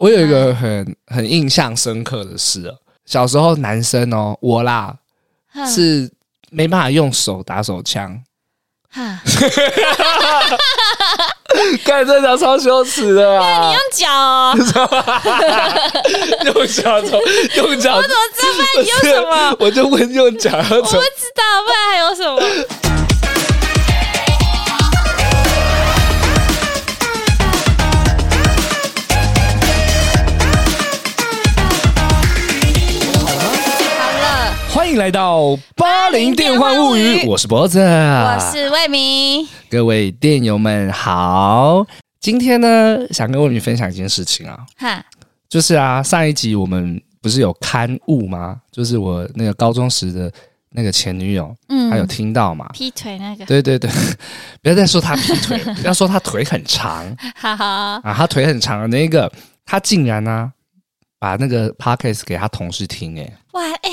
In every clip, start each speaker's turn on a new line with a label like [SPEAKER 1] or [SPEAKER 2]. [SPEAKER 1] 我有一
[SPEAKER 2] 嗯
[SPEAKER 1] 个很很印象深刻的事啊，小时候男生哦，我啦
[SPEAKER 2] 哼
[SPEAKER 1] 是没办法用手打手 枪，
[SPEAKER 2] 哈，
[SPEAKER 1] 看这张超羞耻的啊！
[SPEAKER 2] 用脚哦，我
[SPEAKER 1] 用脚 抽，用脚，
[SPEAKER 2] 怎么知道？不然你用什 么？
[SPEAKER 1] 我就问用脚要
[SPEAKER 2] 我
[SPEAKER 1] 怎
[SPEAKER 2] 不
[SPEAKER 1] 么
[SPEAKER 2] 知道，不然还有什么？好了，
[SPEAKER 1] 欢迎来到八零电幻物语，我是脖子，我
[SPEAKER 2] 我是魏明，
[SPEAKER 1] 各位电友们好。今天呢，想跟魏明分享一件事情啊，
[SPEAKER 2] 哈，
[SPEAKER 1] 就是啊，上一集我们不是有刊物吗？就是我那个高中时的那个前女友，
[SPEAKER 2] 嗯
[SPEAKER 1] 她有听到嘛？
[SPEAKER 2] 劈腿那个，
[SPEAKER 1] 对对 对，不要再说她劈腿了，要说她腿很 长
[SPEAKER 2] 哈哈，
[SPEAKER 1] 啊，她腿很长的那个，她竟然呢、把那个 podcast 给她同事听、欸，
[SPEAKER 2] 哇，哎、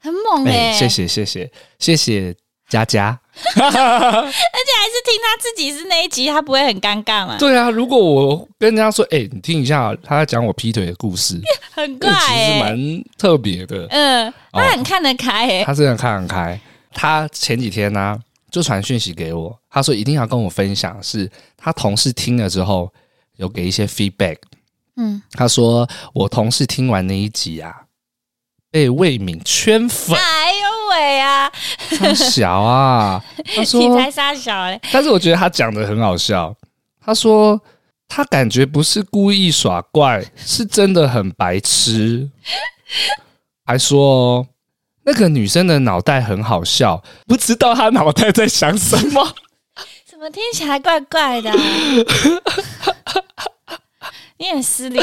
[SPEAKER 2] 很猛
[SPEAKER 1] 哎、
[SPEAKER 2] 哎、
[SPEAKER 1] 谢谢谢谢谢谢佳佳。
[SPEAKER 2] 还是听他自己是那一集，他不会很尴尬嘛？
[SPEAKER 1] 对啊，如果我跟人家说，哎、你听一下，她在讲我劈腿的故事，
[SPEAKER 2] 很怪
[SPEAKER 1] 这其实
[SPEAKER 2] 哎、
[SPEAKER 1] 蛮特别的。
[SPEAKER 2] 嗯，他很看得开哎、
[SPEAKER 1] 他真的看很开。他前几天呢、啊就传讯息给我，他说一定要跟我分享，是他同事听了之后有给一些 feedback。
[SPEAKER 2] 嗯，，
[SPEAKER 1] 他说我同事听完那一集啊，被魏敏圈粉
[SPEAKER 2] 哎呦喂啊，
[SPEAKER 1] 他小啊。他
[SPEAKER 2] 你
[SPEAKER 1] 说，
[SPEAKER 2] 才傻小嘞，
[SPEAKER 1] 但是我觉得他讲的很好笑。他说他感觉不是故意耍怪，是真的很白痴。 还说哦，那个女生的脑袋很好笑，不知道她脑袋在想什么。
[SPEAKER 2] 怎么听起来怪怪的啊、你很失礼，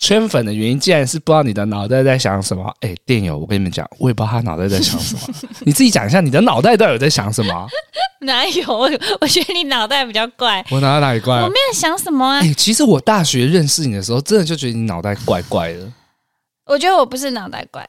[SPEAKER 1] 圈粉的原因竟然是不知道你的脑袋在想什么。哎，电友，我跟你们讲，我也不知道他脑袋在想什么。 你自己讲一下，你的脑袋到底在想什么？
[SPEAKER 2] 哪有？我我觉得你脑袋比较怪，
[SPEAKER 1] 我脑袋哪里怪
[SPEAKER 2] 我？没有想什么啊
[SPEAKER 1] 哎、，其实我大学认识你的时候，真的就觉得你脑袋怪怪的。
[SPEAKER 2] 我觉得我不是脑袋怪，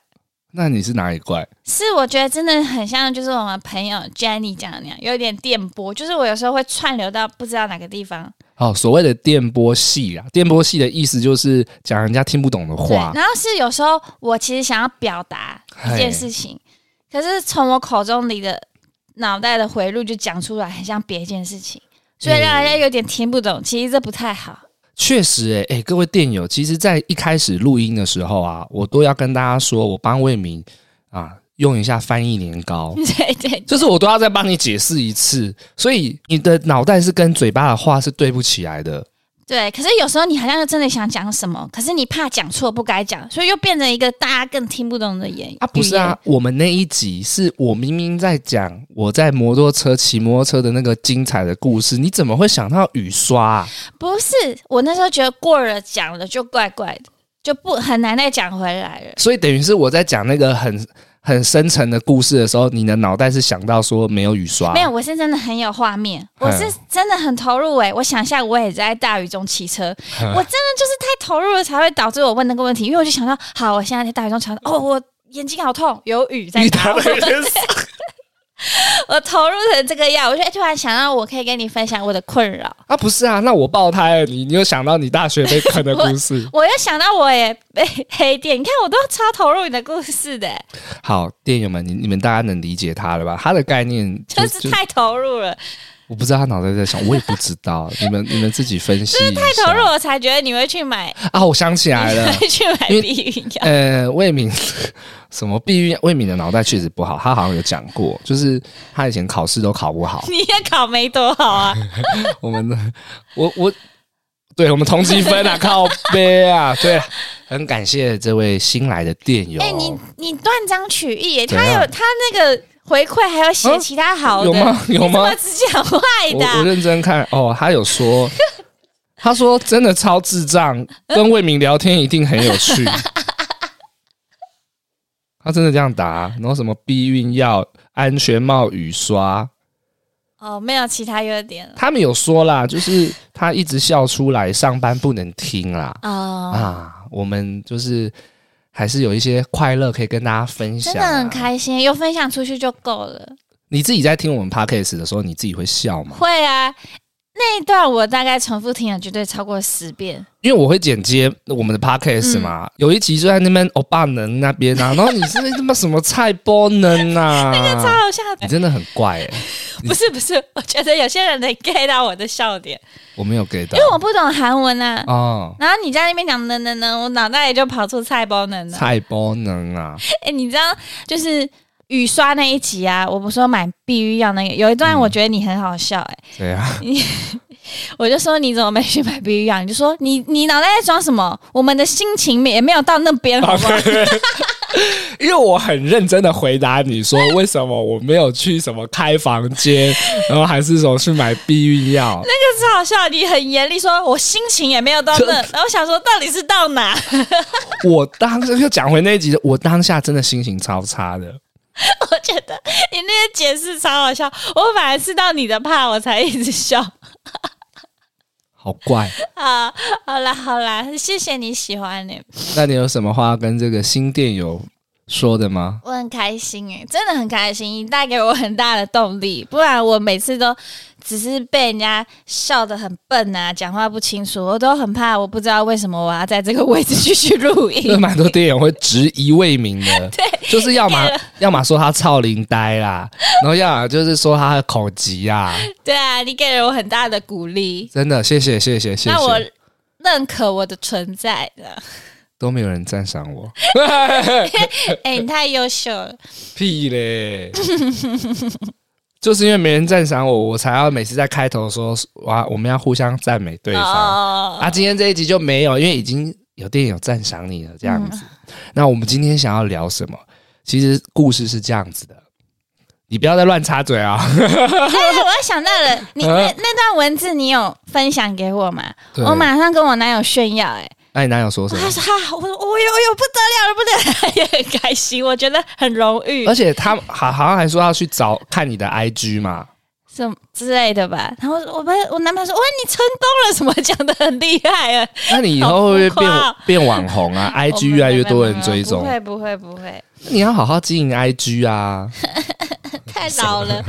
[SPEAKER 1] 那你是哪里怪？
[SPEAKER 2] 是我觉得真的很像，就是我们朋友 Jenny 讲的那样，有一点电波，就是我有时候会串流到不知道哪个地方，
[SPEAKER 1] 哦，所谓的电波系啊，电波系的意思就是讲人家听不懂的
[SPEAKER 2] 对，
[SPEAKER 1] 话。
[SPEAKER 2] 然后是有时候我其实想要表达一件事情，可是从我口中里的脑袋的回路就讲出来，很像别一件事情，所以让人家有点听不懂。其实这不太好。
[SPEAKER 1] 确实、欸，哎、各位电友，其实，在一开始录音的时候啊，我都要跟大家说，我帮魏明啊用一下翻译年糕，
[SPEAKER 2] 对对，
[SPEAKER 1] 就是我都要再帮你解释一次，所以你的脑袋是跟嘴巴的话是对不起来的。
[SPEAKER 2] 对，可是有时候你好像真的想讲什么，可是你怕讲错不该讲，所以又变成一个大家更听不懂的言语。
[SPEAKER 1] 啊，不是啊，我们那一集是我明明在讲我在摩托车骑摩托车的那个精彩的故事，你怎么会想到雨刷、啊？
[SPEAKER 2] 不是，我那时候觉得过了讲了就怪怪的，就不很难再讲回来了。
[SPEAKER 1] 所以等于是我在讲那个很很深层的故事的时候，你的脑袋是想到说没有雨刷，
[SPEAKER 2] 没有，我是真的很有画面，我是真的很投入诶、欸我想象我也在大雨中骑车，我真的就是太投入了，才会导致我问那个问题，因为我就想到，好，我现在在大雨 中骑车，哦，我眼睛好痛，有雨在
[SPEAKER 1] 你
[SPEAKER 2] 打
[SPEAKER 1] 打
[SPEAKER 2] 我
[SPEAKER 1] 了，一个
[SPEAKER 2] 我投入成这个样，我就突然想到，我可以跟你分享我的困扰，
[SPEAKER 1] 啊，不是啊，那我爆胎了，你你有想到你大学被坑的故 事？
[SPEAKER 2] 我又想到我也被黑店，你看我都超投入你的故事的、
[SPEAKER 1] 好，电友们，你你们大家能理解他了吧？他的概念就
[SPEAKER 2] 就是太投入了，
[SPEAKER 1] 我不知道他脑袋在想，我也不知 道，你们你们自己分析一下。
[SPEAKER 2] 太投入我才觉得你会 去买，
[SPEAKER 1] 啊！我想起来
[SPEAKER 2] 你
[SPEAKER 1] 了，
[SPEAKER 2] 会去买
[SPEAKER 1] 因为
[SPEAKER 2] 避孕药，
[SPEAKER 1] 呃，魏敏 什么避孕？魏敏的脑袋确实不好，他好像有讲过，就是他以前考试都考不好。
[SPEAKER 2] 你也考没多好啊。
[SPEAKER 1] 我们的，我我，对我们同积 分啊，靠背啊，对，很感谢这位新来的电友。
[SPEAKER 2] 哎、你你断章取义耶，
[SPEAKER 1] 哦怎
[SPEAKER 2] 他有
[SPEAKER 1] 样
[SPEAKER 2] 他那个回馈，还有写
[SPEAKER 1] 啊
[SPEAKER 2] 其他好的，
[SPEAKER 1] 有 吗？有
[SPEAKER 2] 你怎
[SPEAKER 1] 吗
[SPEAKER 2] 么？只讲坏的
[SPEAKER 1] 我我
[SPEAKER 2] 啊、
[SPEAKER 1] 认真看哦，他有 说，他说真的超智障，跟魏明聊天一定很有 趣。他真的这样答，然后什么避孕药、安全帽、雨刷，
[SPEAKER 2] 哦，没有其他优点了。
[SPEAKER 1] 他们有说啦，就是他一直笑出来，上班不能听啦。
[SPEAKER 2] 哦，
[SPEAKER 1] 啊，我们就是还是有一些快乐可以跟大家分享、
[SPEAKER 2] 真
[SPEAKER 1] 啊，
[SPEAKER 2] 的很开心，有分享出去就够了。
[SPEAKER 1] 你自己在听我们 podcast 的时候，你自己会笑吗？
[SPEAKER 2] 会啊，那一段我大概重复听了绝对超过十遍。
[SPEAKER 1] 因为我会剪接我们的 podcast 嘛，
[SPEAKER 2] 嗯
[SPEAKER 1] 有一集就在那边欧巴能那边 啊，然后你是他妈什么菜波能啊，那
[SPEAKER 2] 超好笑
[SPEAKER 1] 你
[SPEAKER 2] 的，
[SPEAKER 1] 真的很怪哎、
[SPEAKER 2] 不是不是，我觉得有些人能 get 到我的笑点，
[SPEAKER 1] 我没有 get 到
[SPEAKER 2] 因为我不懂韩文啊。
[SPEAKER 1] 啊哦，
[SPEAKER 2] 然后你在那边讲能能能，我脑袋里就跑出菜包能能。
[SPEAKER 1] 菜波能啊，
[SPEAKER 2] 哎、你知道就是雨刷那一集啊，我不是说买避孕药那个，有一段我觉得你很好笑、哎、
[SPEAKER 1] 对啊，
[SPEAKER 2] 我就说你怎么没去买避孕药？你就说你你脑袋在装什么？我们的心情也没有到那边，好不好？
[SPEAKER 1] 因为我很认真的回答你说为什么我没有去什么开房间，然后还是说去买避孕药，
[SPEAKER 2] 超好笑，你很严厉说，我心情也没有到那，然后我想说到底是到哪？
[SPEAKER 1] 我当时又讲回那一集，我当下真的心情超差的。
[SPEAKER 2] 我觉得你那个解释超好笑，我反而是到你的怕我才一直笑。
[SPEAKER 1] 好怪，
[SPEAKER 2] 啊，好啦好啦，谢谢你喜欢呢、
[SPEAKER 1] 那你有什么话要跟这个新店友说的吗？
[SPEAKER 2] 我很开心哎、真的很开心，你带给我很大的动力，不然我每次都只是被人家笑得很笨啊，讲话不清楚，我都很怕，我不知道为什么我要在这个位置继续 录
[SPEAKER 1] 因为
[SPEAKER 2] 音。
[SPEAKER 1] 蛮多店友会质疑未明 的，对，就是要么
[SPEAKER 2] 给了
[SPEAKER 1] 要么说他操林呆啦，然后要么就是说他的口疾啊，
[SPEAKER 2] 对啊，你给了我很大的鼓励，
[SPEAKER 1] 真的，谢谢谢谢谢
[SPEAKER 2] 那我
[SPEAKER 1] 谢，
[SPEAKER 2] 认可我的存在的。
[SPEAKER 1] 都没有人赞赏我，呃
[SPEAKER 2] 哎、你太优秀了，
[SPEAKER 1] 屁嘞， 就是因为没人赞赏我，我才要每次在开头说哇，我们要互相赞美对方。
[SPEAKER 2] 哦
[SPEAKER 1] 啊，今天这一集就没有，因为已经有电影有赞赏你了，这样子。那我们今天想要聊什么？其实故事是这样子的，你不要再乱插嘴啊！
[SPEAKER 2] 对对，哎我想到了，你那那段文字你有分享给我吗？
[SPEAKER 1] 对
[SPEAKER 2] 我马上跟我男友炫耀、哎，
[SPEAKER 1] 那你男友说什
[SPEAKER 2] 他
[SPEAKER 1] 么？
[SPEAKER 2] 说哎哈，我我有有不得了了，不得了，也很开心，我觉得很荣 誉
[SPEAKER 1] 而，且他好好像还说要去找看你的 IG 嘛，
[SPEAKER 2] 什么之类的吧。然后我们我男朋友说，哇，你成功了，什么讲的很厉害啊
[SPEAKER 1] 那你以后会不会
[SPEAKER 2] 好浮夸哦
[SPEAKER 1] 变变网红啊？IG 越来越多人追踪
[SPEAKER 2] 不，会不会不会，
[SPEAKER 1] 你要好好经营 IG 啊！
[SPEAKER 2] 太老 了，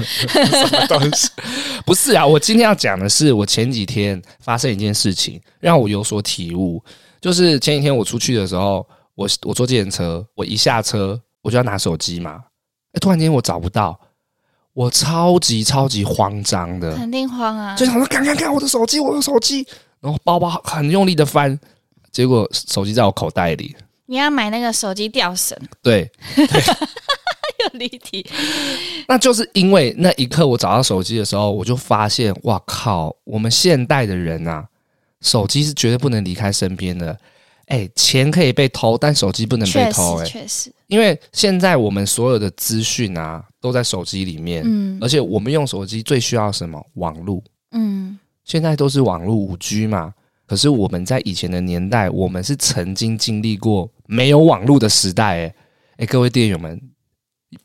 [SPEAKER 1] 不是啊，我今天要讲的是，我前几天发生一件事情，让我有所体悟。就是前几天我出去的时候，我我坐计程车，我一下车我就要拿手机嘛，哎，突然间我找不到，我超级超级慌张的，
[SPEAKER 2] 肯定慌啊
[SPEAKER 1] 就！想说，看看看我的手机，我的手机，然后包包很用力的翻，结果手机在我口袋里。
[SPEAKER 2] 你要买那个手机吊 绳，
[SPEAKER 1] 对，
[SPEAKER 2] 又离题，
[SPEAKER 1] 那就是因为那一刻我找到手机的时候，我就发现，哇靠，我们现代的人啊，手机是绝对不能离开身边的。哎、钱可以被偷，但手机不能被
[SPEAKER 2] 确实
[SPEAKER 1] 偷、哎，
[SPEAKER 2] 确实，
[SPEAKER 1] 因为现在我们所有的资讯啊，都在手机里面，
[SPEAKER 2] 嗯
[SPEAKER 1] 而且我们用手机最需要什么？网络。
[SPEAKER 2] 嗯，
[SPEAKER 1] 现在都是网络五 G 嘛，可是我们在以前的年代，我们是曾经经历过没有网络的时代、哎，哎，各位店友们，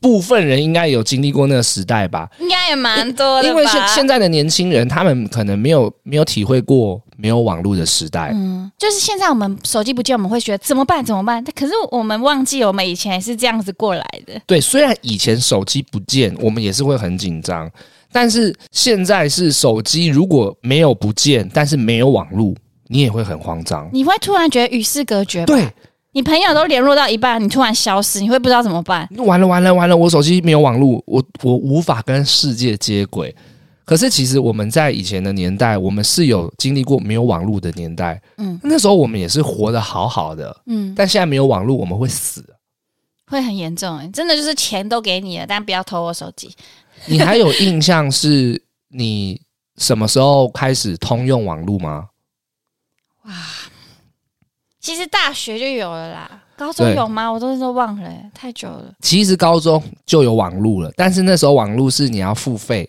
[SPEAKER 1] 部分人应该有经历过那个时代吧？
[SPEAKER 2] 应该也蛮多的吧？
[SPEAKER 1] 因为现现在的年轻人，他们可能没有没有体会过没有网络的时代。
[SPEAKER 2] 嗯，就是现在我们手机不见，我们会觉得怎么办？怎么办？但可是我们忘记我们以前是这样子过来的。
[SPEAKER 1] 对，虽然以前手机不见，我们也是会很紧张，但是现在是手机如果没有不见，但是没有网络，你也会很慌张。
[SPEAKER 2] 你会突然觉得与世隔绝，，
[SPEAKER 1] 对，
[SPEAKER 2] 你朋友都联络到一半，你突然消失，你会不知道怎么办。
[SPEAKER 1] 完了完了完了，我手机没有网络，我我无法跟世界接轨。可是其实我们在以前的年代，我们是有经历过没有网络的年代，
[SPEAKER 2] 嗯
[SPEAKER 1] 那时候我们也是活得好好的，
[SPEAKER 2] 嗯，
[SPEAKER 1] 但现在没有网络，我们会死。
[SPEAKER 2] 会很严重、欸，真的就是钱都给你了，但不要偷我手机。
[SPEAKER 1] 你还有印象是你什么时候开始通用网络吗？
[SPEAKER 2] 其实大学就有了啦，高中
[SPEAKER 1] 对
[SPEAKER 2] 有吗？我都都忘了、欸太久了。
[SPEAKER 1] 其实高中就有网络了，但是那时候网络是你要付费，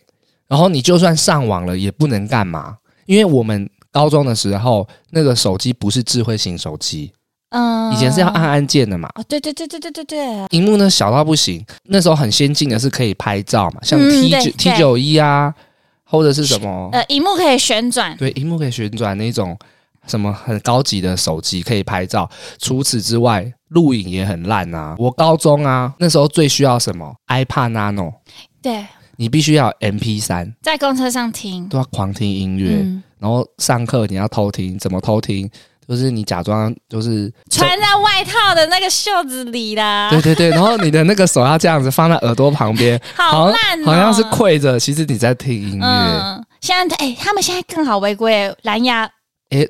[SPEAKER 1] 然后你就算上网了也不能干嘛，因为我们高中的时候那个手机不是智慧型手机，
[SPEAKER 2] 嗯，
[SPEAKER 1] 以前是要按按键的嘛，
[SPEAKER 2] 哦，对对对对对对对，
[SPEAKER 1] 荧幕呢小到不行，那时候很先进的是可以拍照嘛，像
[SPEAKER 2] 嗯
[SPEAKER 1] T
[SPEAKER 2] 对
[SPEAKER 1] 九 T
[SPEAKER 2] 对
[SPEAKER 1] 九一啊，或者是什么，
[SPEAKER 2] 呃，荧幕可以旋转，
[SPEAKER 1] 对，荧幕可以旋转那种什么很高级的手机可以拍照。除此之外，录影也很烂啊。我高中啊那时候最需要什么 iPad Nano，
[SPEAKER 2] 对，
[SPEAKER 1] 你必须要 M P 三，
[SPEAKER 2] 在公车上听，
[SPEAKER 1] 都要狂听音乐，
[SPEAKER 2] 嗯，
[SPEAKER 1] 然后上课你要偷听，怎么偷听？就是你假装就是
[SPEAKER 2] 穿啊在外套的那个袖子里啦，
[SPEAKER 1] 对对对，然后你的那个手要这样子放在耳朵旁边，
[SPEAKER 2] 好烂、哦
[SPEAKER 1] 好像是跪着，其实你在听音乐。哎、
[SPEAKER 2] 嗯，现在哎、他们现在更好违规，蓝牙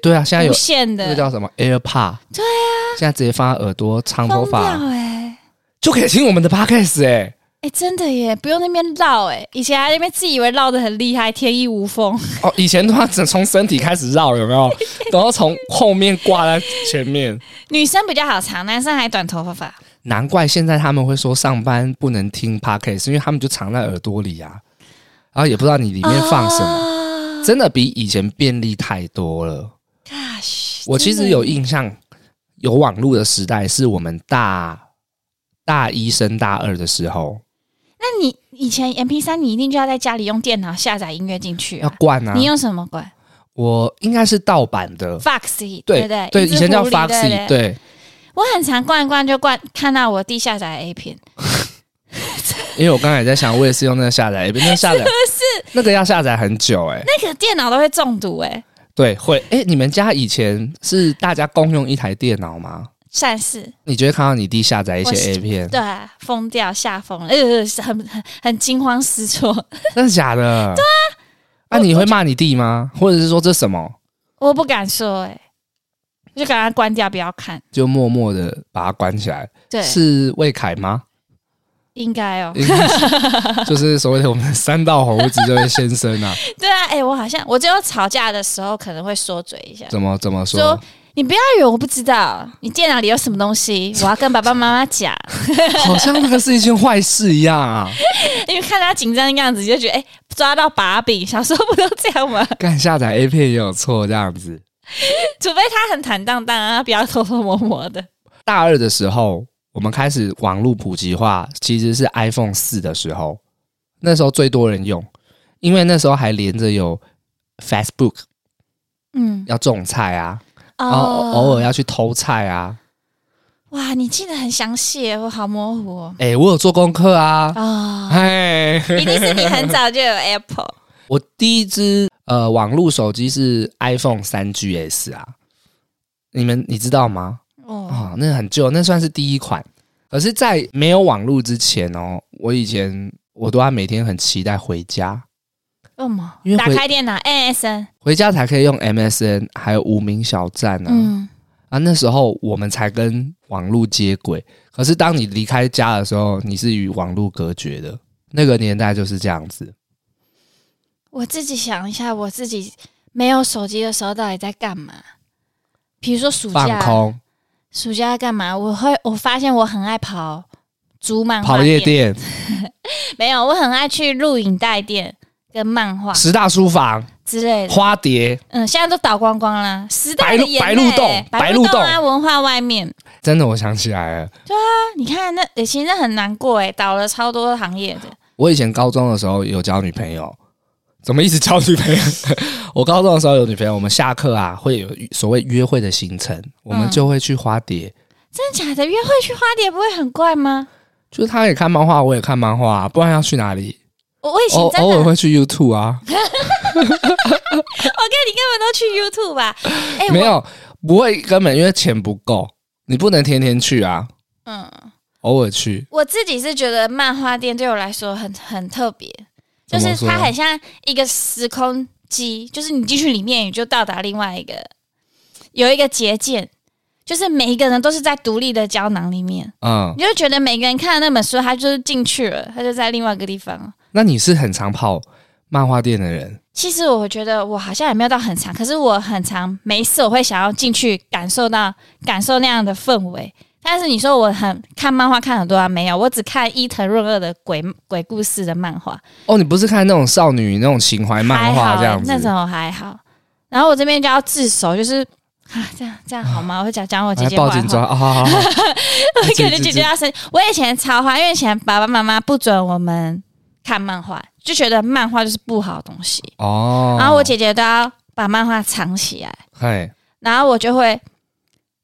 [SPEAKER 1] 对啊，现在有
[SPEAKER 2] 无线
[SPEAKER 1] 那个
[SPEAKER 2] 的，
[SPEAKER 1] 叫什么 AirPod，对啊，现在直接放在耳朵，长头
[SPEAKER 2] 疯掉
[SPEAKER 1] 发
[SPEAKER 2] 哎、
[SPEAKER 1] 就可以听我们的 Podcast 哎、
[SPEAKER 2] 哎、真的耶，不用那边绕哎，以前还在那边自以为绕的很厉害，天衣无缝。
[SPEAKER 1] 哦，以前的话只从身体开始绕，有没有？然后从后面挂在前面，
[SPEAKER 2] 女生比较好长，男生还短头发。
[SPEAKER 1] 难怪现在他们会说上班不能听 Podcast，因为他们就藏在耳朵里啊，然后也不知道你里面放什
[SPEAKER 2] 啊
[SPEAKER 1] 么，
[SPEAKER 2] 么？
[SPEAKER 1] 真的比以前便利太多了。
[SPEAKER 2] Gosh，
[SPEAKER 1] 我其实有印象，有网络的时代是我们大大一升大二的时候
[SPEAKER 2] 那你以前 M P 三，你一定就要在家里用电脑下载音乐进去
[SPEAKER 1] 要
[SPEAKER 2] 啊？
[SPEAKER 1] 灌啊
[SPEAKER 2] 你，用什么管
[SPEAKER 1] 我应该是盗版的，
[SPEAKER 2] ？Foxy，
[SPEAKER 1] 对
[SPEAKER 2] 不对？一只
[SPEAKER 1] 以前叫
[SPEAKER 2] 狐狸对不
[SPEAKER 1] Foxy，对，
[SPEAKER 2] 我很常逛一逛就逛，看到我弟下载的 A 片，
[SPEAKER 1] 因为我刚才也在想，我也是用那个下载，那个下载
[SPEAKER 2] 是
[SPEAKER 1] 那个要下载很久哎、
[SPEAKER 2] 那个电脑都会中毒哎、
[SPEAKER 1] 对，会哎、你们家以前是大家共用一台电脑吗？
[SPEAKER 2] 算是
[SPEAKER 1] 你就会看到你弟下载一
[SPEAKER 2] 我
[SPEAKER 1] 些 A
[SPEAKER 2] 是
[SPEAKER 1] 片，
[SPEAKER 2] 对、啊，疯掉吓疯了，呃，很很很惊慌失措，
[SPEAKER 1] 真的假的？对啊，
[SPEAKER 2] 我
[SPEAKER 1] 你会骂你弟吗？或者是说这什么？
[SPEAKER 2] 我不敢说哎、我就赶快关掉，不要看。
[SPEAKER 1] 就默默的把它关起来。
[SPEAKER 2] 对，
[SPEAKER 1] 是魏凯吗？
[SPEAKER 2] 应该哦。
[SPEAKER 1] 应该 是就是所谓的我们三道猴子这位先生啊，
[SPEAKER 2] 对啊，哎、我好像我只有吵架的时候可能会说嘴一下，
[SPEAKER 1] 怎么怎么说
[SPEAKER 2] 说？你不要以为我不知道你电脑里有什么东西，我要跟爸爸妈 妈讲。
[SPEAKER 1] 好像那个是一件坏事一样啊！
[SPEAKER 2] 因为看他紧张的样子，就觉得哎、抓到把柄。小时候不都这样吗？
[SPEAKER 1] 干下载 A 片也有错这样子。
[SPEAKER 2] 除非他很坦荡荡啊，不要偷偷摸摸的。
[SPEAKER 1] 大二的时候，我们开始网络普及化，其实是 iPhone 四的时候，那时候最多人用，因为那时候还连着有 Facebook
[SPEAKER 2] 嗯，
[SPEAKER 1] 要种菜啊，
[SPEAKER 2] 哦
[SPEAKER 1] 然后偶偶尔要去偷菜啊。
[SPEAKER 2] 哇，你记得很详细耶，我好模糊哦。
[SPEAKER 1] 哎、我有做功课啊，
[SPEAKER 2] 啊、
[SPEAKER 1] 哎、
[SPEAKER 2] 一定是你很早就有 Apple。
[SPEAKER 1] 我第一支呃网络手机是 iPhone 三 GS 啊，你们你知道吗？
[SPEAKER 2] 哦，
[SPEAKER 1] 啊、那很旧，那算是第一款。可是，在没有网络之前哦，我以前我都要每天很期待回家，
[SPEAKER 2] 为什么
[SPEAKER 1] 因为？
[SPEAKER 2] 打
[SPEAKER 1] 回
[SPEAKER 2] 开电脑，NSN。
[SPEAKER 1] 回家才可以用 MSN，还有无名小站啊。
[SPEAKER 2] 嗯，
[SPEAKER 1] 啊，那时候我们才跟网络接轨。可是，当你离开家的时候，你是与网络隔绝的。那个年代就是这样子。
[SPEAKER 2] 我自己想一下，我自己没有手机的时候到底在干嘛？比如说暑
[SPEAKER 1] 放
[SPEAKER 2] 假，
[SPEAKER 1] 空，
[SPEAKER 2] 暑假要干嘛？我会，我发现我很爱跑租漫画
[SPEAKER 1] 跑夜
[SPEAKER 2] 店，
[SPEAKER 1] 店，
[SPEAKER 2] 没有，我很爱去录影带店跟漫画
[SPEAKER 1] 十大书房，
[SPEAKER 2] 之类的。
[SPEAKER 1] 花蝶，
[SPEAKER 2] 嗯，现在都倒光光啦，时代的眼
[SPEAKER 1] 白
[SPEAKER 2] 泪、
[SPEAKER 1] 鹿白鹿洞
[SPEAKER 2] 白
[SPEAKER 1] 白鹿
[SPEAKER 2] 鹿
[SPEAKER 1] 洞
[SPEAKER 2] 啊，文化外面啊，
[SPEAKER 1] 真的，我想起来了，
[SPEAKER 2] 你看那欸其实那很难过哎，倒了超多行业的。
[SPEAKER 1] 我以前高中的时候有交女朋友，怎么一直交女朋友？ 我高中的时候有女朋友，我们下课啊会有所谓约会的行程，我们
[SPEAKER 2] 嗯
[SPEAKER 1] 就会去花蝶，
[SPEAKER 2] 真的假的？约会去花店不会很怪吗？
[SPEAKER 1] 就是他也看漫画，我也看漫画、啊不然要去哪里？
[SPEAKER 2] 我我以前
[SPEAKER 1] 偶
[SPEAKER 2] 真
[SPEAKER 1] 哦
[SPEAKER 2] 的，
[SPEAKER 1] 偶尔
[SPEAKER 2] 我跟
[SPEAKER 1] 会去 YouTube 啊，
[SPEAKER 2] 你根本都去 YouTube 吧？哎、
[SPEAKER 1] 没
[SPEAKER 2] 我
[SPEAKER 1] 有不会根本因为钱不够，你不能天天去啊，
[SPEAKER 2] 嗯，
[SPEAKER 1] 偶尔去。
[SPEAKER 2] 我自己是觉得漫画店对我来说很很特别，就
[SPEAKER 1] 怎么
[SPEAKER 2] 是
[SPEAKER 1] 说啊
[SPEAKER 2] 它很像一个时空机，就是你进去里面，你就到达另外一个有一个结界，就是每一个人都是在独立的胶囊里面，
[SPEAKER 1] 嗯，
[SPEAKER 2] 你就觉得每个人看了那本书，他就是进去了，他就在另外一个地方。
[SPEAKER 1] 那你是很常跑漫画店的人，
[SPEAKER 2] 其实我觉得我好像也没有到很长，可是我很长，每一次我会想要进去感受到感受那样的氛围。但是你说我很看漫画看很多啊，没有，我只看伊藤润二的鬼鬼故事的漫画，
[SPEAKER 1] 哦，你不是看那种少女那种情怀漫
[SPEAKER 2] 还
[SPEAKER 1] 画
[SPEAKER 2] 好
[SPEAKER 1] 这样子？
[SPEAKER 2] 那种还好。然后我这边就要自首，就是啊，这样这样好吗？我会讲讲我姐
[SPEAKER 1] 还
[SPEAKER 2] 姐
[SPEAKER 1] 报
[SPEAKER 2] 坏
[SPEAKER 1] 警抓
[SPEAKER 2] 话，
[SPEAKER 1] 啊！好好好
[SPEAKER 2] 我
[SPEAKER 1] 自己
[SPEAKER 2] 可能
[SPEAKER 1] 自
[SPEAKER 2] 姐
[SPEAKER 1] 己
[SPEAKER 2] 姐要生气。我以前超坏，因为以前爸爸妈妈不准我们看漫画，就觉得漫画就是不好的东西，
[SPEAKER 1] 哦，
[SPEAKER 2] 然后我姐姐都要把漫画藏起来。
[SPEAKER 1] 嘿，
[SPEAKER 2] 然后我就会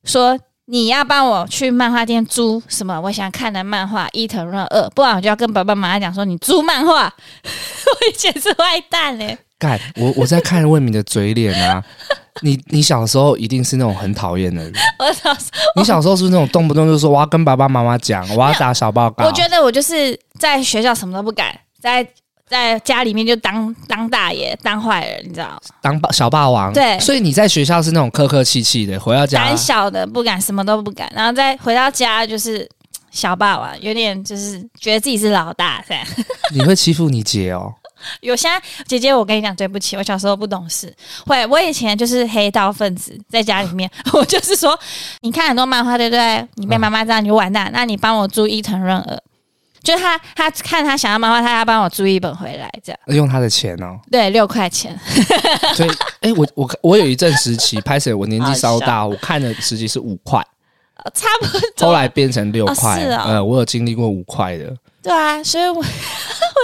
[SPEAKER 2] 说：“你要帮我去漫画店租什么我想看的漫画《伊藤润二》，不然我就要跟爸爸妈妈讲说你租漫画。 我以前是坏蛋欸嘞、
[SPEAKER 1] 干，我我在看魏明的嘴脸啊！你你小时候一定是那种很讨厌的人，
[SPEAKER 2] 我早说，
[SPEAKER 1] 你小时候是不是那种动不动就说我要跟爸爸妈妈讲，我要打小报告？
[SPEAKER 2] 我觉得我就是在学校什么都不敢，在在家里面就当当大爷当坏人，你知道吗？
[SPEAKER 1] 当霸小霸王。
[SPEAKER 2] 对
[SPEAKER 1] 所以你在学校是那种客客气气的，回到家
[SPEAKER 2] 胆小的不敢，什么都不敢，然后再回到家就是小霸王，有点就是觉得自己是老大这样。
[SPEAKER 1] 你会欺负你姐哦。
[SPEAKER 2] 有现在姐姐，我跟你讲，对不起，我小时候不懂事，会我以前就是黑道分子，在家里面， 我就是说，你看很多漫画，对不对？你被妈妈知道你就完蛋，那你帮我租伊藤润二，就是他他看他想要漫画，他要帮我租一本回来，这样
[SPEAKER 1] 用她的钱哦，
[SPEAKER 2] 对，六块钱，
[SPEAKER 1] 所以，哎、我我我有一阵时期拍摄，我年纪稍大，我看的时期是五块，
[SPEAKER 2] 呃 差不
[SPEAKER 1] 后
[SPEAKER 2] 多，
[SPEAKER 1] 来变成六块。
[SPEAKER 2] 哦是哦
[SPEAKER 1] 呃，我有经历过五块的，
[SPEAKER 2] 对啊，所以我 我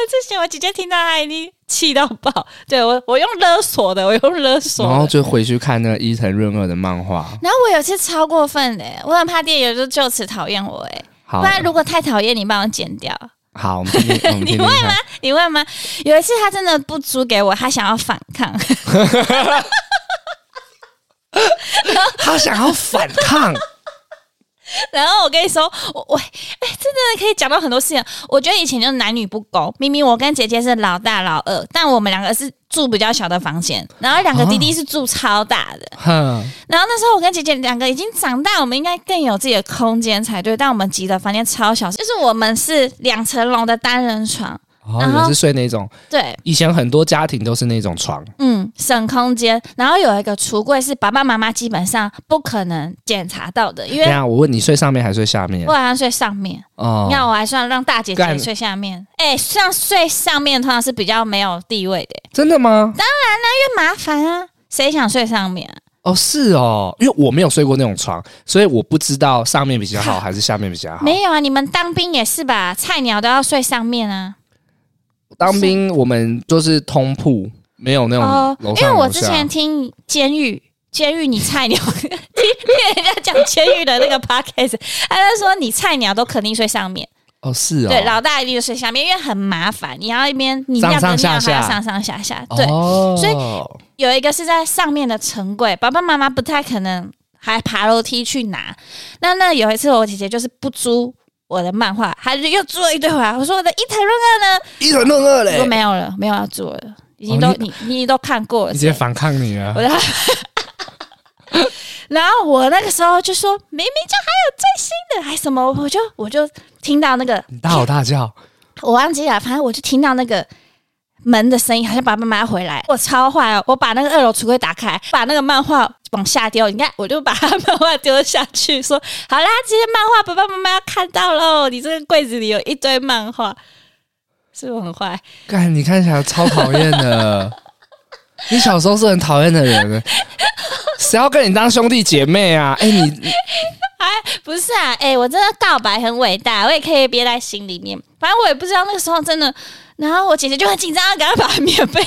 [SPEAKER 2] 之前我姐姐听到她一定气到爆，对我我用勒索的，我用勒索
[SPEAKER 1] 然
[SPEAKER 2] 的，
[SPEAKER 1] 后就回去看那个伊藤润二的漫画。
[SPEAKER 2] 然后我有一次超过分的、我很怕店员就就此讨厌我、哎。
[SPEAKER 1] 好
[SPEAKER 2] 不，然如果太讨厌，你帮我剪掉，
[SPEAKER 1] 好，我们听听， 我们听听看。
[SPEAKER 2] 你会吗？有一次他真的不租给我，他想要反抗，
[SPEAKER 1] 他想要反抗，
[SPEAKER 2] 然后我跟你说，我我哎、真的可以讲到很多事情。我觉得以前就男女不公，明明我跟姐姐是老大老二，但我们两个是住比较小的房间，然后两个弟弟是住超大的。
[SPEAKER 1] 哼，
[SPEAKER 2] 然后那时候我跟姐姐两个已经长大，我们应该更有自己的空间才对，但我们挤的房间超小，就是我们是两层楼的单人床，
[SPEAKER 1] 哦，
[SPEAKER 2] 然
[SPEAKER 1] 你
[SPEAKER 2] 后
[SPEAKER 1] 们是睡那种，
[SPEAKER 2] 对，
[SPEAKER 1] 以前很多家庭都是那种床，
[SPEAKER 2] 嗯，省空间。然后有一个橱柜是爸爸妈妈基本上不可能检查到的，因
[SPEAKER 1] 对
[SPEAKER 2] 为
[SPEAKER 1] 啊，我问你睡上面还睡下面
[SPEAKER 2] 我？好像睡上面，
[SPEAKER 1] 哦
[SPEAKER 2] 你，看我还算让大姐姐
[SPEAKER 1] 干
[SPEAKER 2] 睡下面。哎、像睡上面通常是比较没有地位的、
[SPEAKER 1] 真的吗？
[SPEAKER 2] 因为麻烦啊，谁想睡上面、啊？
[SPEAKER 1] 哦，是哦，因为我没有睡过那种床，所以我不知道上面比较好还是下面比较好。
[SPEAKER 2] 没有啊，你们当兵也是吧？菜鸟都要睡上面啊。
[SPEAKER 1] 当兵我们就是通铺，没有那
[SPEAKER 2] 哦，
[SPEAKER 1] 种楼
[SPEAKER 2] 因为
[SPEAKER 1] 上
[SPEAKER 2] 我
[SPEAKER 1] 楼
[SPEAKER 2] 之
[SPEAKER 1] 下
[SPEAKER 2] 前。听监狱。监狱，你菜鸟， 听听人家讲监狱的那个 podcast，他就说你菜鸟都肯定睡上面，
[SPEAKER 1] 哦，是哦，
[SPEAKER 2] 对，老大一定就是下面，因为很麻烦，你要一边你
[SPEAKER 1] 上
[SPEAKER 2] 尿
[SPEAKER 1] 上
[SPEAKER 2] 跟
[SPEAKER 1] 下
[SPEAKER 2] 尿还要
[SPEAKER 1] 下
[SPEAKER 2] 上上下下。对，
[SPEAKER 1] 哦、
[SPEAKER 2] 所以有一个是在上面的城柜，爸爸妈妈不太可能还爬楼梯去拿。那那有一次我姐姐就是不租。我的漫画，她就又租了一堆回来。我说我的《伊藤润
[SPEAKER 1] 一人弄二
[SPEAKER 2] 二》说
[SPEAKER 1] 嘞，
[SPEAKER 2] 没有了，没有要租了，已经
[SPEAKER 1] 哦
[SPEAKER 2] 都、
[SPEAKER 1] 你
[SPEAKER 2] 你你都看过了
[SPEAKER 1] 你。直接反抗你啊
[SPEAKER 2] 我！的，然后我那个时候就说，明明就还有最新的，还什么，我就我就听到那个
[SPEAKER 1] 你大吼大叫，
[SPEAKER 2] 我忘记了，反正我就听到那个门的声音，好像爸爸妈妈回来。我超坏哦！我把那个二楼橱柜打开，把那个漫画往下丢。你看，我就把 他漫画丢下去，说：“好啦，这些漫画爸爸妈妈要看到喽，你这个柜子里有一堆漫画。”是不是很坏？
[SPEAKER 1] 干，你看起来超讨厌的。 你小时候是很讨厌的人，欸谁要跟你当兄弟姐妹啊？哎、你
[SPEAKER 2] 不是啊，哎、我真的告白很伟大，我也可以憋在心里面。反正我也不知道那个时候真的。然后我姐姐就很紧张，赶快把棉被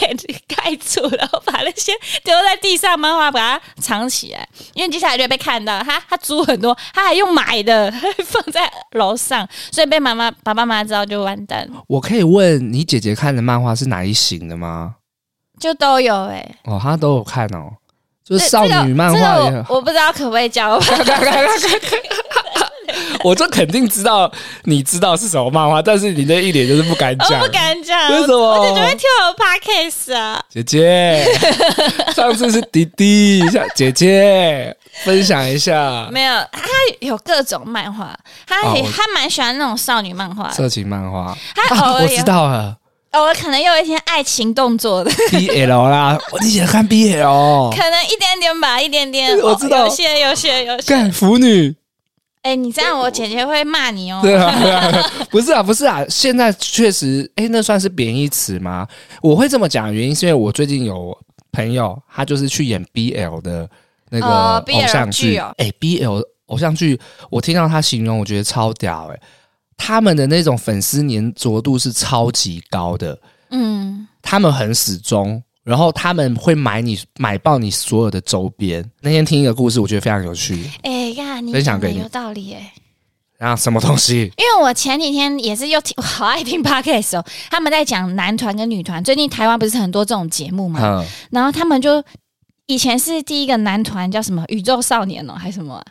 [SPEAKER 2] 盖住，然后把那些丢在地上漫画把它藏起来，因为接下来就会被看到。她她租很多，她还用买的放在楼上，所以被妈妈爸爸妈妈知道就完蛋了，
[SPEAKER 1] 我可以问你姐姐看的漫画是哪一型的吗？
[SPEAKER 2] 就都有哎、欸。
[SPEAKER 1] 哦，她都有看哦，就
[SPEAKER 2] 这
[SPEAKER 1] 是少女漫画
[SPEAKER 2] 这
[SPEAKER 1] 也
[SPEAKER 2] 个我我不知道可不可以教我
[SPEAKER 1] 我就肯定知道你知道是什么漫画，但是你那一脸就是不敢
[SPEAKER 2] 我
[SPEAKER 1] 讲。
[SPEAKER 2] 哦不敢讲，
[SPEAKER 1] 为什么
[SPEAKER 2] 我姐姐会听我的 podcast 啊。
[SPEAKER 1] 姐 姐，上次是弟弟，下姐姐分享一下
[SPEAKER 2] 没有，他有各种漫画，他也、
[SPEAKER 1] 哦我
[SPEAKER 2] 他蛮喜欢那种少女漫画的，
[SPEAKER 1] 色情漫画。
[SPEAKER 2] 他偶
[SPEAKER 1] 啊，
[SPEAKER 2] 尔
[SPEAKER 1] 我
[SPEAKER 2] 也
[SPEAKER 1] 知道了
[SPEAKER 2] 偶尔可能有一些爱情动作的，
[SPEAKER 1] 哦，BL 啦，我你姐看 BL，
[SPEAKER 2] 可能一点点吧，一点点。
[SPEAKER 1] 我知道
[SPEAKER 2] 哦有些有些有些。
[SPEAKER 1] 干腐女，
[SPEAKER 2] 哎、你这样我姐姐会骂你哦。
[SPEAKER 1] 对啊，对啊不是啊，不是啊，现在确实，哎，那算是贬义词吗？我会这么讲，原因是因为我最近有朋友，他就是去演 BL 的那
[SPEAKER 2] 哦
[SPEAKER 1] 个
[SPEAKER 2] ，BL
[SPEAKER 1] 偶像剧，
[SPEAKER 2] 剧
[SPEAKER 1] 哎、
[SPEAKER 2] 哦
[SPEAKER 1] b l 偶像剧，我听到他形容，我觉得超屌、哎，他们的那种粉丝粘着度是超级高的，
[SPEAKER 2] 嗯，
[SPEAKER 1] 他们很死忠，然后他们会买你买爆你所有的周边。那天听一个故事，我觉得非常有趣。
[SPEAKER 2] 哎呀，你
[SPEAKER 1] 分享
[SPEAKER 2] 讲的
[SPEAKER 1] 给你
[SPEAKER 2] 有道理哎、
[SPEAKER 1] 然后什么东西？
[SPEAKER 2] 因为我前几天也是又听，我好爱听 podcast 哦。他们在讲男团跟女团，最近台湾不是很多这种节目嘛？
[SPEAKER 1] 嗯，
[SPEAKER 2] 然后他们就以前是第一个男团叫什么宇宙少年哦，还是什么啊、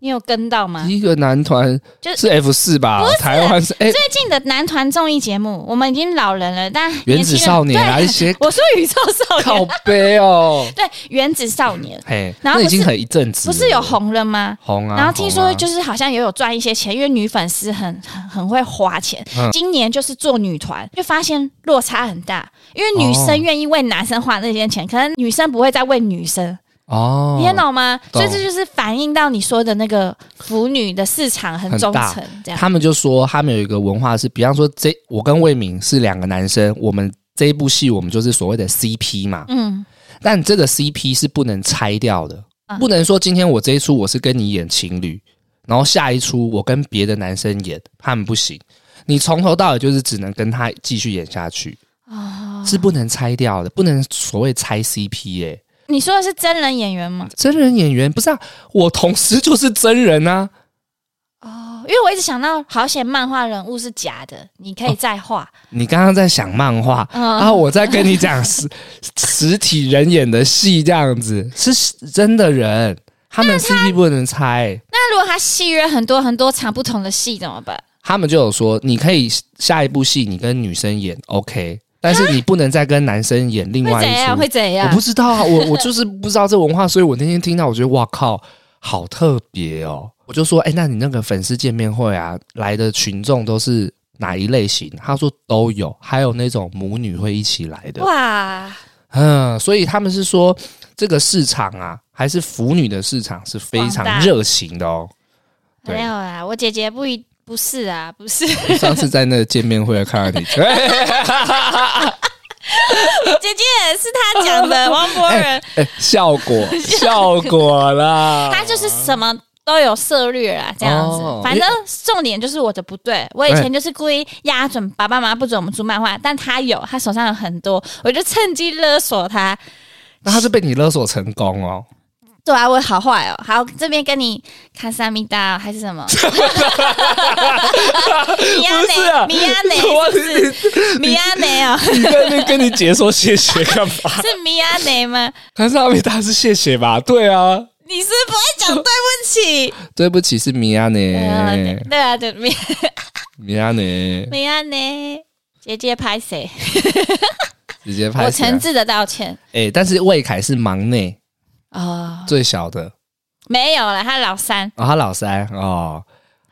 [SPEAKER 2] 你有跟到吗？
[SPEAKER 1] 一个男团
[SPEAKER 2] 就是
[SPEAKER 1] F 四吧，台湾是哎、
[SPEAKER 2] 最近的男团综艺节目，我们已经老人了，但
[SPEAKER 1] 原子少年啊一
[SPEAKER 2] 年轻人
[SPEAKER 1] 些
[SPEAKER 2] 对， 我说宇宙少
[SPEAKER 1] 靠
[SPEAKER 2] 年，
[SPEAKER 1] 背 哦，
[SPEAKER 2] 对，原子少年
[SPEAKER 1] 嘿，
[SPEAKER 2] 然
[SPEAKER 1] 那
[SPEAKER 2] 后
[SPEAKER 1] 已
[SPEAKER 2] 不是
[SPEAKER 1] 经很一阵子
[SPEAKER 2] 不
[SPEAKER 1] 了，
[SPEAKER 2] 是有红了吗？
[SPEAKER 1] 红啊，
[SPEAKER 2] 然后听
[SPEAKER 1] 红
[SPEAKER 2] 说
[SPEAKER 1] 啊
[SPEAKER 2] 就是好像也有赚一些钱，因为女粉丝很很很会花钱。
[SPEAKER 1] 嗯
[SPEAKER 2] 今年就是做女团，就发现落差很大，因为女
[SPEAKER 1] 哦
[SPEAKER 2] 生愿意为男生花那些钱，可能女生不会再为女生，
[SPEAKER 1] 哦，
[SPEAKER 2] 你听懂吗？
[SPEAKER 1] 懂
[SPEAKER 2] 所以这就是反映到你说的那个腐女的市场很
[SPEAKER 1] 很
[SPEAKER 2] 忠
[SPEAKER 1] 大
[SPEAKER 2] 诚，这样。
[SPEAKER 1] 他们就说他们有一个文化是，比方说这我跟魏敏是两个男生，我们这一部戏我们就是所谓的 CP 嘛，
[SPEAKER 2] 嗯，
[SPEAKER 1] 但这个 CP 是不能拆掉的，
[SPEAKER 2] 嗯
[SPEAKER 1] 不能说今天我这一出我是跟你演情侣，然后下一出我跟别的男生演，他们不行。你从头到尾就是只能跟他继续演下去，
[SPEAKER 2] 哦，
[SPEAKER 1] 是不能拆掉的，不能所谓拆 CP 耶、
[SPEAKER 2] 你说的是真人演员吗？
[SPEAKER 1] 真人演员不是啊，我同时就是真人啊，
[SPEAKER 2] 哦，因为我一直想到好险漫画人物是假的，你可以再画。
[SPEAKER 1] 你刚刚在想漫画，
[SPEAKER 2] 嗯
[SPEAKER 1] 然后我在跟你讲 实实体人演的戏，这样子是真的人，他们 CP 不能拆。
[SPEAKER 2] 那如果他戏约很多很多场不同的戏怎么办？
[SPEAKER 1] 他们就有说，你可以下一部戏你跟女生演 OK，但是你不能再跟男生演另
[SPEAKER 2] 会
[SPEAKER 1] 外
[SPEAKER 2] 怎样？
[SPEAKER 1] 一
[SPEAKER 2] 会
[SPEAKER 1] 出。
[SPEAKER 2] 怎
[SPEAKER 1] 我
[SPEAKER 2] 样
[SPEAKER 1] 不？知道啊，我 我就是不知道这文化，所以我那天听到，我觉得哇靠，好特别哦！我就说，哎、那你那个粉丝见面会啊，来的群众都是哪一类型？他说都有，还有那种母女会一起来的。
[SPEAKER 2] 哇，
[SPEAKER 1] 嗯，所以他们是说这个市场啊，还是腐女的市场是非
[SPEAKER 2] 广
[SPEAKER 1] 常
[SPEAKER 2] 大
[SPEAKER 1] 热情的哦。对
[SPEAKER 2] 没有啦，我姐姐不一不是啊，不是，姐
[SPEAKER 1] 上次在那个见面会看到你，
[SPEAKER 2] 姐也是她 讲的，王博仁，
[SPEAKER 1] 哎效 果效果啦，
[SPEAKER 2] 她就是什么。都有涉略啦，这样子，
[SPEAKER 1] 哎哦
[SPEAKER 2] 反正重点就是我的不对。我以前就是故意压准爸爸妈妈不准我们出漫画，但她有，她手上有很多，我就趁机勒索她。
[SPEAKER 1] 那他是被你勒索成功哦。
[SPEAKER 2] 对啊，我好坏哦，好这边跟你卡萨米达还是什么？ 米亚
[SPEAKER 1] 不是啊
[SPEAKER 2] 内，米亚 内
[SPEAKER 1] 我
[SPEAKER 2] 是不是米亚内哦，
[SPEAKER 1] 你在那边跟你姐说谢谢干 嘛？
[SPEAKER 2] 是米亚内吗？
[SPEAKER 1] 可是阿美达是谢谢吧？对啊，
[SPEAKER 2] 你是不是不会讲对不起？
[SPEAKER 1] 对不起，是米娅呢，
[SPEAKER 2] 嗯对啊，对米
[SPEAKER 1] 米娅呢，
[SPEAKER 2] 米亚内姐姐拍谁？
[SPEAKER 1] 直接
[SPEAKER 2] 我
[SPEAKER 1] 拍啊起来。
[SPEAKER 2] 诚挚的道歉
[SPEAKER 1] 哎，但是魏凯是忙内
[SPEAKER 2] 哦，
[SPEAKER 1] 最小的，
[SPEAKER 2] 没有了，他老三
[SPEAKER 1] 哦，他老三哦，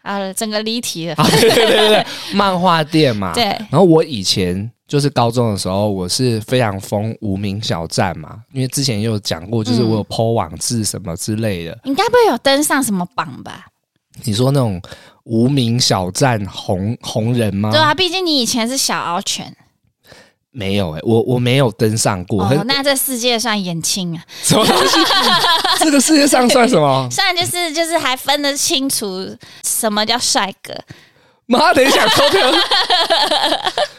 [SPEAKER 2] 好了，整个离题了。
[SPEAKER 1] 啊，对对对对，漫画店嘛。
[SPEAKER 2] 对
[SPEAKER 1] 然后我以前就是高中的时候，我是非常疯无名小站嘛，因为之前也有讲过，
[SPEAKER 2] 嗯
[SPEAKER 1] 就是我有 PO 网志什么之类的。
[SPEAKER 2] 你该不会有登上什么榜吧？
[SPEAKER 1] 你说那种无名小站红红人吗？
[SPEAKER 2] 对啊，毕竟你以前是小敖犬
[SPEAKER 1] 没有哎、我我没有登上过。很
[SPEAKER 2] 哦，那这世界算眼青啊。
[SPEAKER 1] 什么东 西？这个世界上算什么？
[SPEAKER 2] 虽然就是就是还分得清楚什么叫帅哥，
[SPEAKER 1] 妈的，想偷听？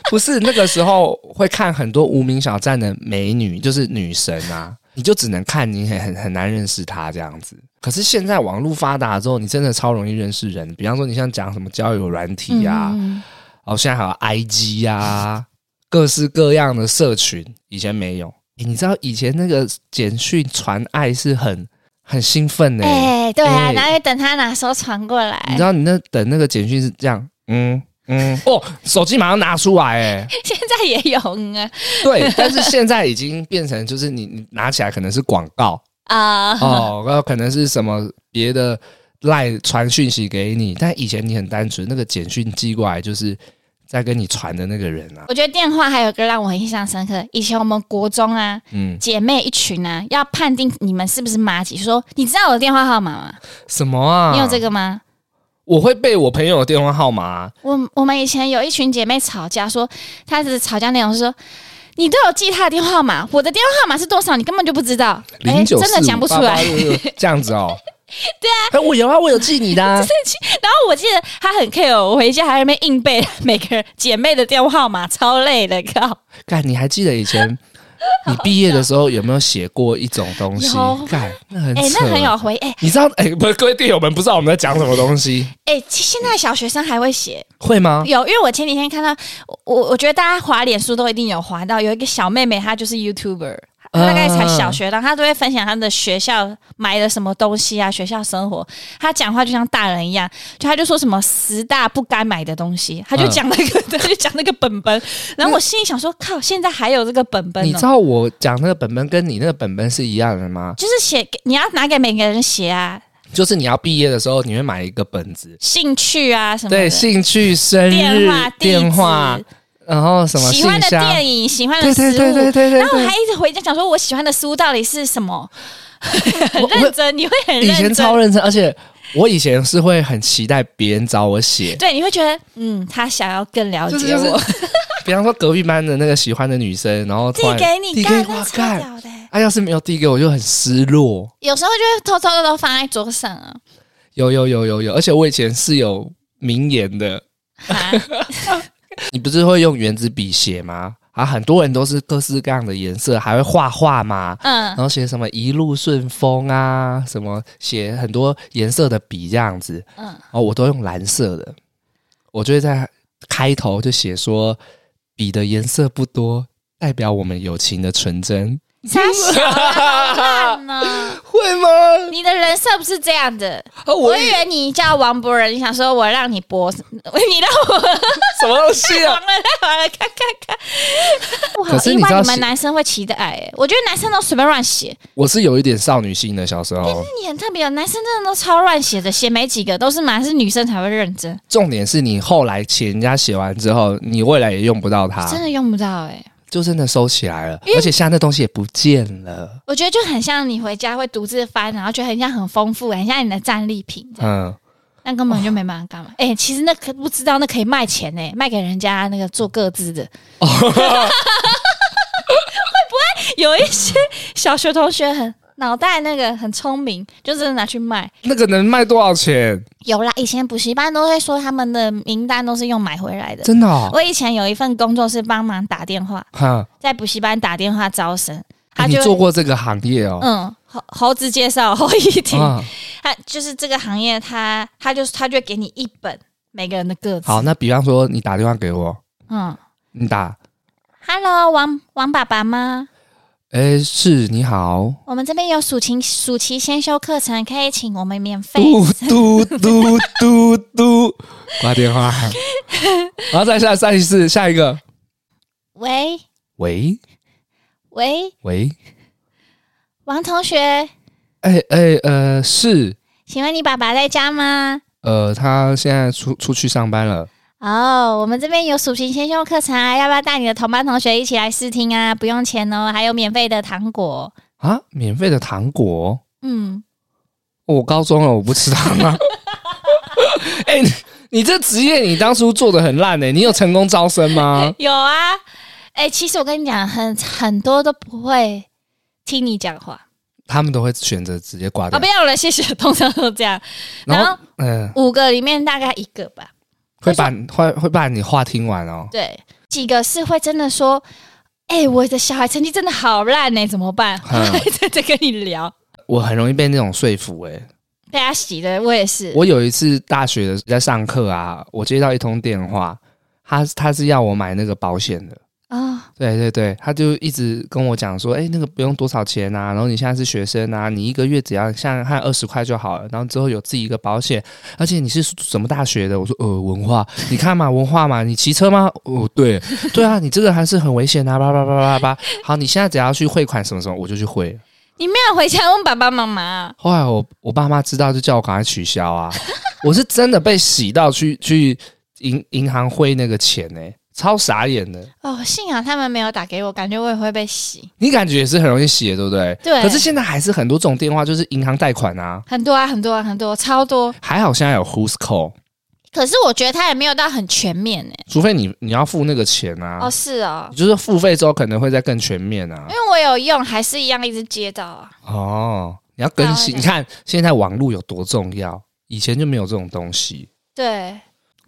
[SPEAKER 1] 不是那个时候会看很多无名小站的美女，就是女神啊，你就只能看，你很很很难认识她这样子。可是现在网络发达之后，你真的超容易认识人。比方说，你像讲什么交友软体呀、啊，
[SPEAKER 2] 嗯
[SPEAKER 1] 哦，现在还有 IG 呀、啊，各式各样的社群，以前没有。诶你知道以前那个简讯传爱是很很兴奋的、
[SPEAKER 2] 哎、对啊，
[SPEAKER 1] 哎
[SPEAKER 2] 然后也等他哪时候传过来，
[SPEAKER 1] 你知道你那等那个简讯是这样，嗯嗯，哦，手机马上拿出来， 哎，
[SPEAKER 2] 现在也有嗯啊
[SPEAKER 1] 对，但是现在已经变成就是你你拿起来可能是广 告
[SPEAKER 2] 啊、
[SPEAKER 1] 哦，然后可能是什么别的赖传讯息给你，但以前你很单纯，那个简讯寄过来就是在跟你传的那个人啊，
[SPEAKER 2] 我觉得电话还有一个让我很印象深刻，以前我们国中啊，
[SPEAKER 1] 嗯，
[SPEAKER 2] 姐妹一群啊，要判定你们是不是妈姐，说你知道我的电话号码吗？
[SPEAKER 1] 什么啊？
[SPEAKER 2] 你有这？个吗？
[SPEAKER 1] 我会背我朋友的电话号码啊、
[SPEAKER 2] 我我们以前有一群姐妹吵架，说她的吵架内容是说。你都有记她的电话号码，我的电话号码是多少？你根本就不知道，哎，
[SPEAKER 1] 零九
[SPEAKER 2] 真的讲不出来。
[SPEAKER 1] 这样子 哦。对啊，我有啊，我有记你的、啊，
[SPEAKER 2] 然后我记得他很 care，我回家还在那边硬背每个姐妹的电话号码，超累的，靠！
[SPEAKER 1] 干，你还记得以前你毕业的时候有没有写过一种东西
[SPEAKER 2] 有？
[SPEAKER 1] 干，那很
[SPEAKER 2] 哎、
[SPEAKER 1] 扯，啊
[SPEAKER 2] 那很有回哎
[SPEAKER 1] 你知道？哎、不是各位队友们不知道我们在讲什么东西，
[SPEAKER 2] 哎、其现在小学生还会写，
[SPEAKER 1] 会吗？
[SPEAKER 2] 有，因为我前几天看到，我我我觉得大家滑脸书都一定有滑到，有一个小妹妹，她就是 YouTuber，她大概才小学，然后她都会分享她的学校买了什么东西啊，学校生活。她讲话就像大人一样，就她就说什么十大不该买的东西，她就
[SPEAKER 1] 嗯
[SPEAKER 2] 讲那个， 她就讲那个本本。然后我心里想说，靠，现在还有这个本本
[SPEAKER 1] 你
[SPEAKER 2] 哦
[SPEAKER 1] 知。道我讲那个本本跟你那个本本是一样的吗？
[SPEAKER 2] 就是写给你要拿给每个人写啊，
[SPEAKER 1] 就是你要毕业的时候，你会买一个本子，
[SPEAKER 2] 兴趣啊什么的
[SPEAKER 1] 对，兴趣、生日
[SPEAKER 2] 电话、、地址
[SPEAKER 1] 电话，然后什么
[SPEAKER 2] 喜
[SPEAKER 1] 信
[SPEAKER 2] 欢的
[SPEAKER 1] 箱，
[SPEAKER 2] 电影、喜欢的
[SPEAKER 1] 对
[SPEAKER 2] 食物，
[SPEAKER 1] 对对对对对
[SPEAKER 2] 然后我
[SPEAKER 1] 对
[SPEAKER 2] 还。一直回家想说，我喜欢的书到底是什么？很
[SPEAKER 1] 我
[SPEAKER 2] 认真，你会很
[SPEAKER 1] 以前
[SPEAKER 2] 认
[SPEAKER 1] 超
[SPEAKER 2] 真，
[SPEAKER 1] 认真，而且我以前是会很期待别人找我写，
[SPEAKER 2] 对，你会觉得嗯，他想要更了
[SPEAKER 1] 就是
[SPEAKER 2] 解
[SPEAKER 1] 就是
[SPEAKER 2] 我，
[SPEAKER 1] 比方说隔壁班的那个喜欢的女生，然后
[SPEAKER 2] 递
[SPEAKER 1] 突然
[SPEAKER 2] 给你
[SPEAKER 1] 递
[SPEAKER 2] 干
[SPEAKER 1] 给，
[SPEAKER 2] 那
[SPEAKER 1] 我
[SPEAKER 2] 超
[SPEAKER 1] 干，
[SPEAKER 2] 屌的欸。
[SPEAKER 1] 啊，要是没有递给我就很失落。
[SPEAKER 2] 有时候就会偷偷的都放在桌 上啊，
[SPEAKER 1] 有有有有有，而且我以前是有名言的，
[SPEAKER 2] 啊
[SPEAKER 1] 你不是会用圆珠笔写吗？啊，很多人都是各式各样的颜色，还会画画嘛，然
[SPEAKER 2] 嗯，
[SPEAKER 1] 后写什么一路顺风啊，什么写很多颜色的笔这样子。
[SPEAKER 2] 嗯
[SPEAKER 1] 嗯，哦，我都用蓝色的，我就会在开头就写说，笔的颜色不多，代表我们友情的纯真，
[SPEAKER 2] 傻小啊好烂 呢。
[SPEAKER 1] 会吗？
[SPEAKER 2] 你的人设不是这样的，
[SPEAKER 1] 啊，我
[SPEAKER 2] 我
[SPEAKER 1] 也
[SPEAKER 2] 以为你叫王博仁，你想说我让你博， 你让我
[SPEAKER 1] 什么东西
[SPEAKER 2] 完
[SPEAKER 1] 啊？
[SPEAKER 2] 了，完了，看看看。我好
[SPEAKER 1] 可是你
[SPEAKER 2] 意
[SPEAKER 1] 知
[SPEAKER 2] 外，
[SPEAKER 1] 道
[SPEAKER 2] 你们
[SPEAKER 1] 写
[SPEAKER 2] 男生会期待、欸，我觉得男生都随便乱写，
[SPEAKER 1] 我是有一点少女心的，小时候。
[SPEAKER 2] 你很特别，哦男生真的都超乱写的，写没几个，都是满是女生才会认真，
[SPEAKER 1] 重点是你后来请人家写完之后，你未来也用不到它，
[SPEAKER 2] 真的用不到、欸，
[SPEAKER 1] 就真的收起来了，
[SPEAKER 2] 因为
[SPEAKER 1] 而且现在那东西也不见了。
[SPEAKER 2] 我觉得就很像你回家会独自翻，然后觉得很像很丰富，很像你的战利品这样，
[SPEAKER 1] 嗯，
[SPEAKER 2] 那根本就没办法干嘛。哎、其实那可不知道那可以卖钱呢、卖给人家那个做各自 的。会不会有一些小学同学很脑袋那个很聪明，就真的拿去卖？
[SPEAKER 1] 那个能卖多少钱？
[SPEAKER 2] 有啦，以前补习班都会说他们的名单都是用买回来的。
[SPEAKER 1] 真的、哦？
[SPEAKER 2] 我以前有一份工作是帮忙打电话，
[SPEAKER 1] 哈、
[SPEAKER 2] 在补习班打电话招生，他
[SPEAKER 1] 你
[SPEAKER 2] 就会
[SPEAKER 1] 做过这个行业哦？
[SPEAKER 2] 嗯猴猴子介绍侯一婷，
[SPEAKER 1] 啊，
[SPEAKER 2] 他就是这个行业他，他就是他就给你一本每个人的个子。
[SPEAKER 1] 好，那比方说你打电话给我，
[SPEAKER 2] 嗯
[SPEAKER 1] 你打，
[SPEAKER 2] ，Hello，王王爸爸吗？
[SPEAKER 1] 哎，是你好，
[SPEAKER 2] 我们这边有暑期暑期先修课程，可以请我们免费。
[SPEAKER 1] 嘟嘟嘟嘟嘟，挂电 话，然后再下再一次下一个，
[SPEAKER 2] 喂
[SPEAKER 1] 喂
[SPEAKER 2] 喂，
[SPEAKER 1] 喂，
[SPEAKER 2] 王同学，
[SPEAKER 1] 哎哎呃是
[SPEAKER 2] 请问你爸爸在家吗？
[SPEAKER 1] 呃他现在出出去上班了，
[SPEAKER 2] 哦，我们这边有暑期先修课程啊，要不要带你的同班同学一起来试听啊？不用钱哦，还有免费的糖果。
[SPEAKER 1] 啊，免费的糖果。哦
[SPEAKER 2] 嗯，
[SPEAKER 1] 我高中了，我不吃糖啊。 哎、你你这职业你当初做的很烂欸呢、你有成功招生吗？
[SPEAKER 2] 有啊。哎、其实我跟你讲，很很多都不会听你讲话。
[SPEAKER 1] 他们都会选择直接挂
[SPEAKER 2] 哦，
[SPEAKER 1] 掉
[SPEAKER 2] 不。要了，谢谢。通常都这样，
[SPEAKER 1] 然
[SPEAKER 2] 然
[SPEAKER 1] 后
[SPEAKER 2] 后，
[SPEAKER 1] 嗯、
[SPEAKER 2] 五个里面大概一个吧。
[SPEAKER 1] 会把会会把你话听完哦。
[SPEAKER 2] 对，几个是会真的说，哎、我的小孩成绩真的好烂呢、怎么办？
[SPEAKER 1] 嗯
[SPEAKER 2] 在这跟你聊，
[SPEAKER 1] 我很容易被那种说服、欸。
[SPEAKER 2] 被他洗的，我也是。
[SPEAKER 1] 我有一次大学的在上课啊，我接到一通电话，他他是要我买那个保险的。
[SPEAKER 2] 哦，
[SPEAKER 1] 对对对，他就一直跟我讲说，哎、那个不用多少钱啊，然后你现在是学生啊，你一个月只要像看二十块就好了，然后之后有自己一个保险，而且你是什么大学的？我说呃文化，你看嘛文化嘛，你骑车吗？哦对对啊，你这个还是很危险啊，叭叭叭叭叭。好，你现在只要去汇款什么什么，我就去汇了。
[SPEAKER 2] 你没有回家问爸爸妈妈啊、
[SPEAKER 1] 后来我我爸妈知道，就叫我赶快取消啊。我是真的被洗到去去银银行汇那个钱呢、超傻眼的。
[SPEAKER 2] 哦，幸好他们没有打给我，感觉我也会被洗。
[SPEAKER 1] 你感觉也是很容易洗的，对不对？
[SPEAKER 2] 对
[SPEAKER 1] 可是现在还是很多这种电话，就是银行贷款啊，
[SPEAKER 2] 很多啊，很多啊，很多，超多。
[SPEAKER 1] 还好现在有 Who's Call，
[SPEAKER 2] 可是我觉得他也没有到很全面呢、欸
[SPEAKER 1] 除非你你要付那个钱啊，
[SPEAKER 2] 哦，是哎哦，
[SPEAKER 1] 就是付费之后可能会再更全面啊
[SPEAKER 2] 因。为我有用，还是一样一直接到啊。
[SPEAKER 1] 哦，你要更新，
[SPEAKER 2] 对啊
[SPEAKER 1] 你看现在网络有多重要，以前就没有这种东西。
[SPEAKER 2] 对，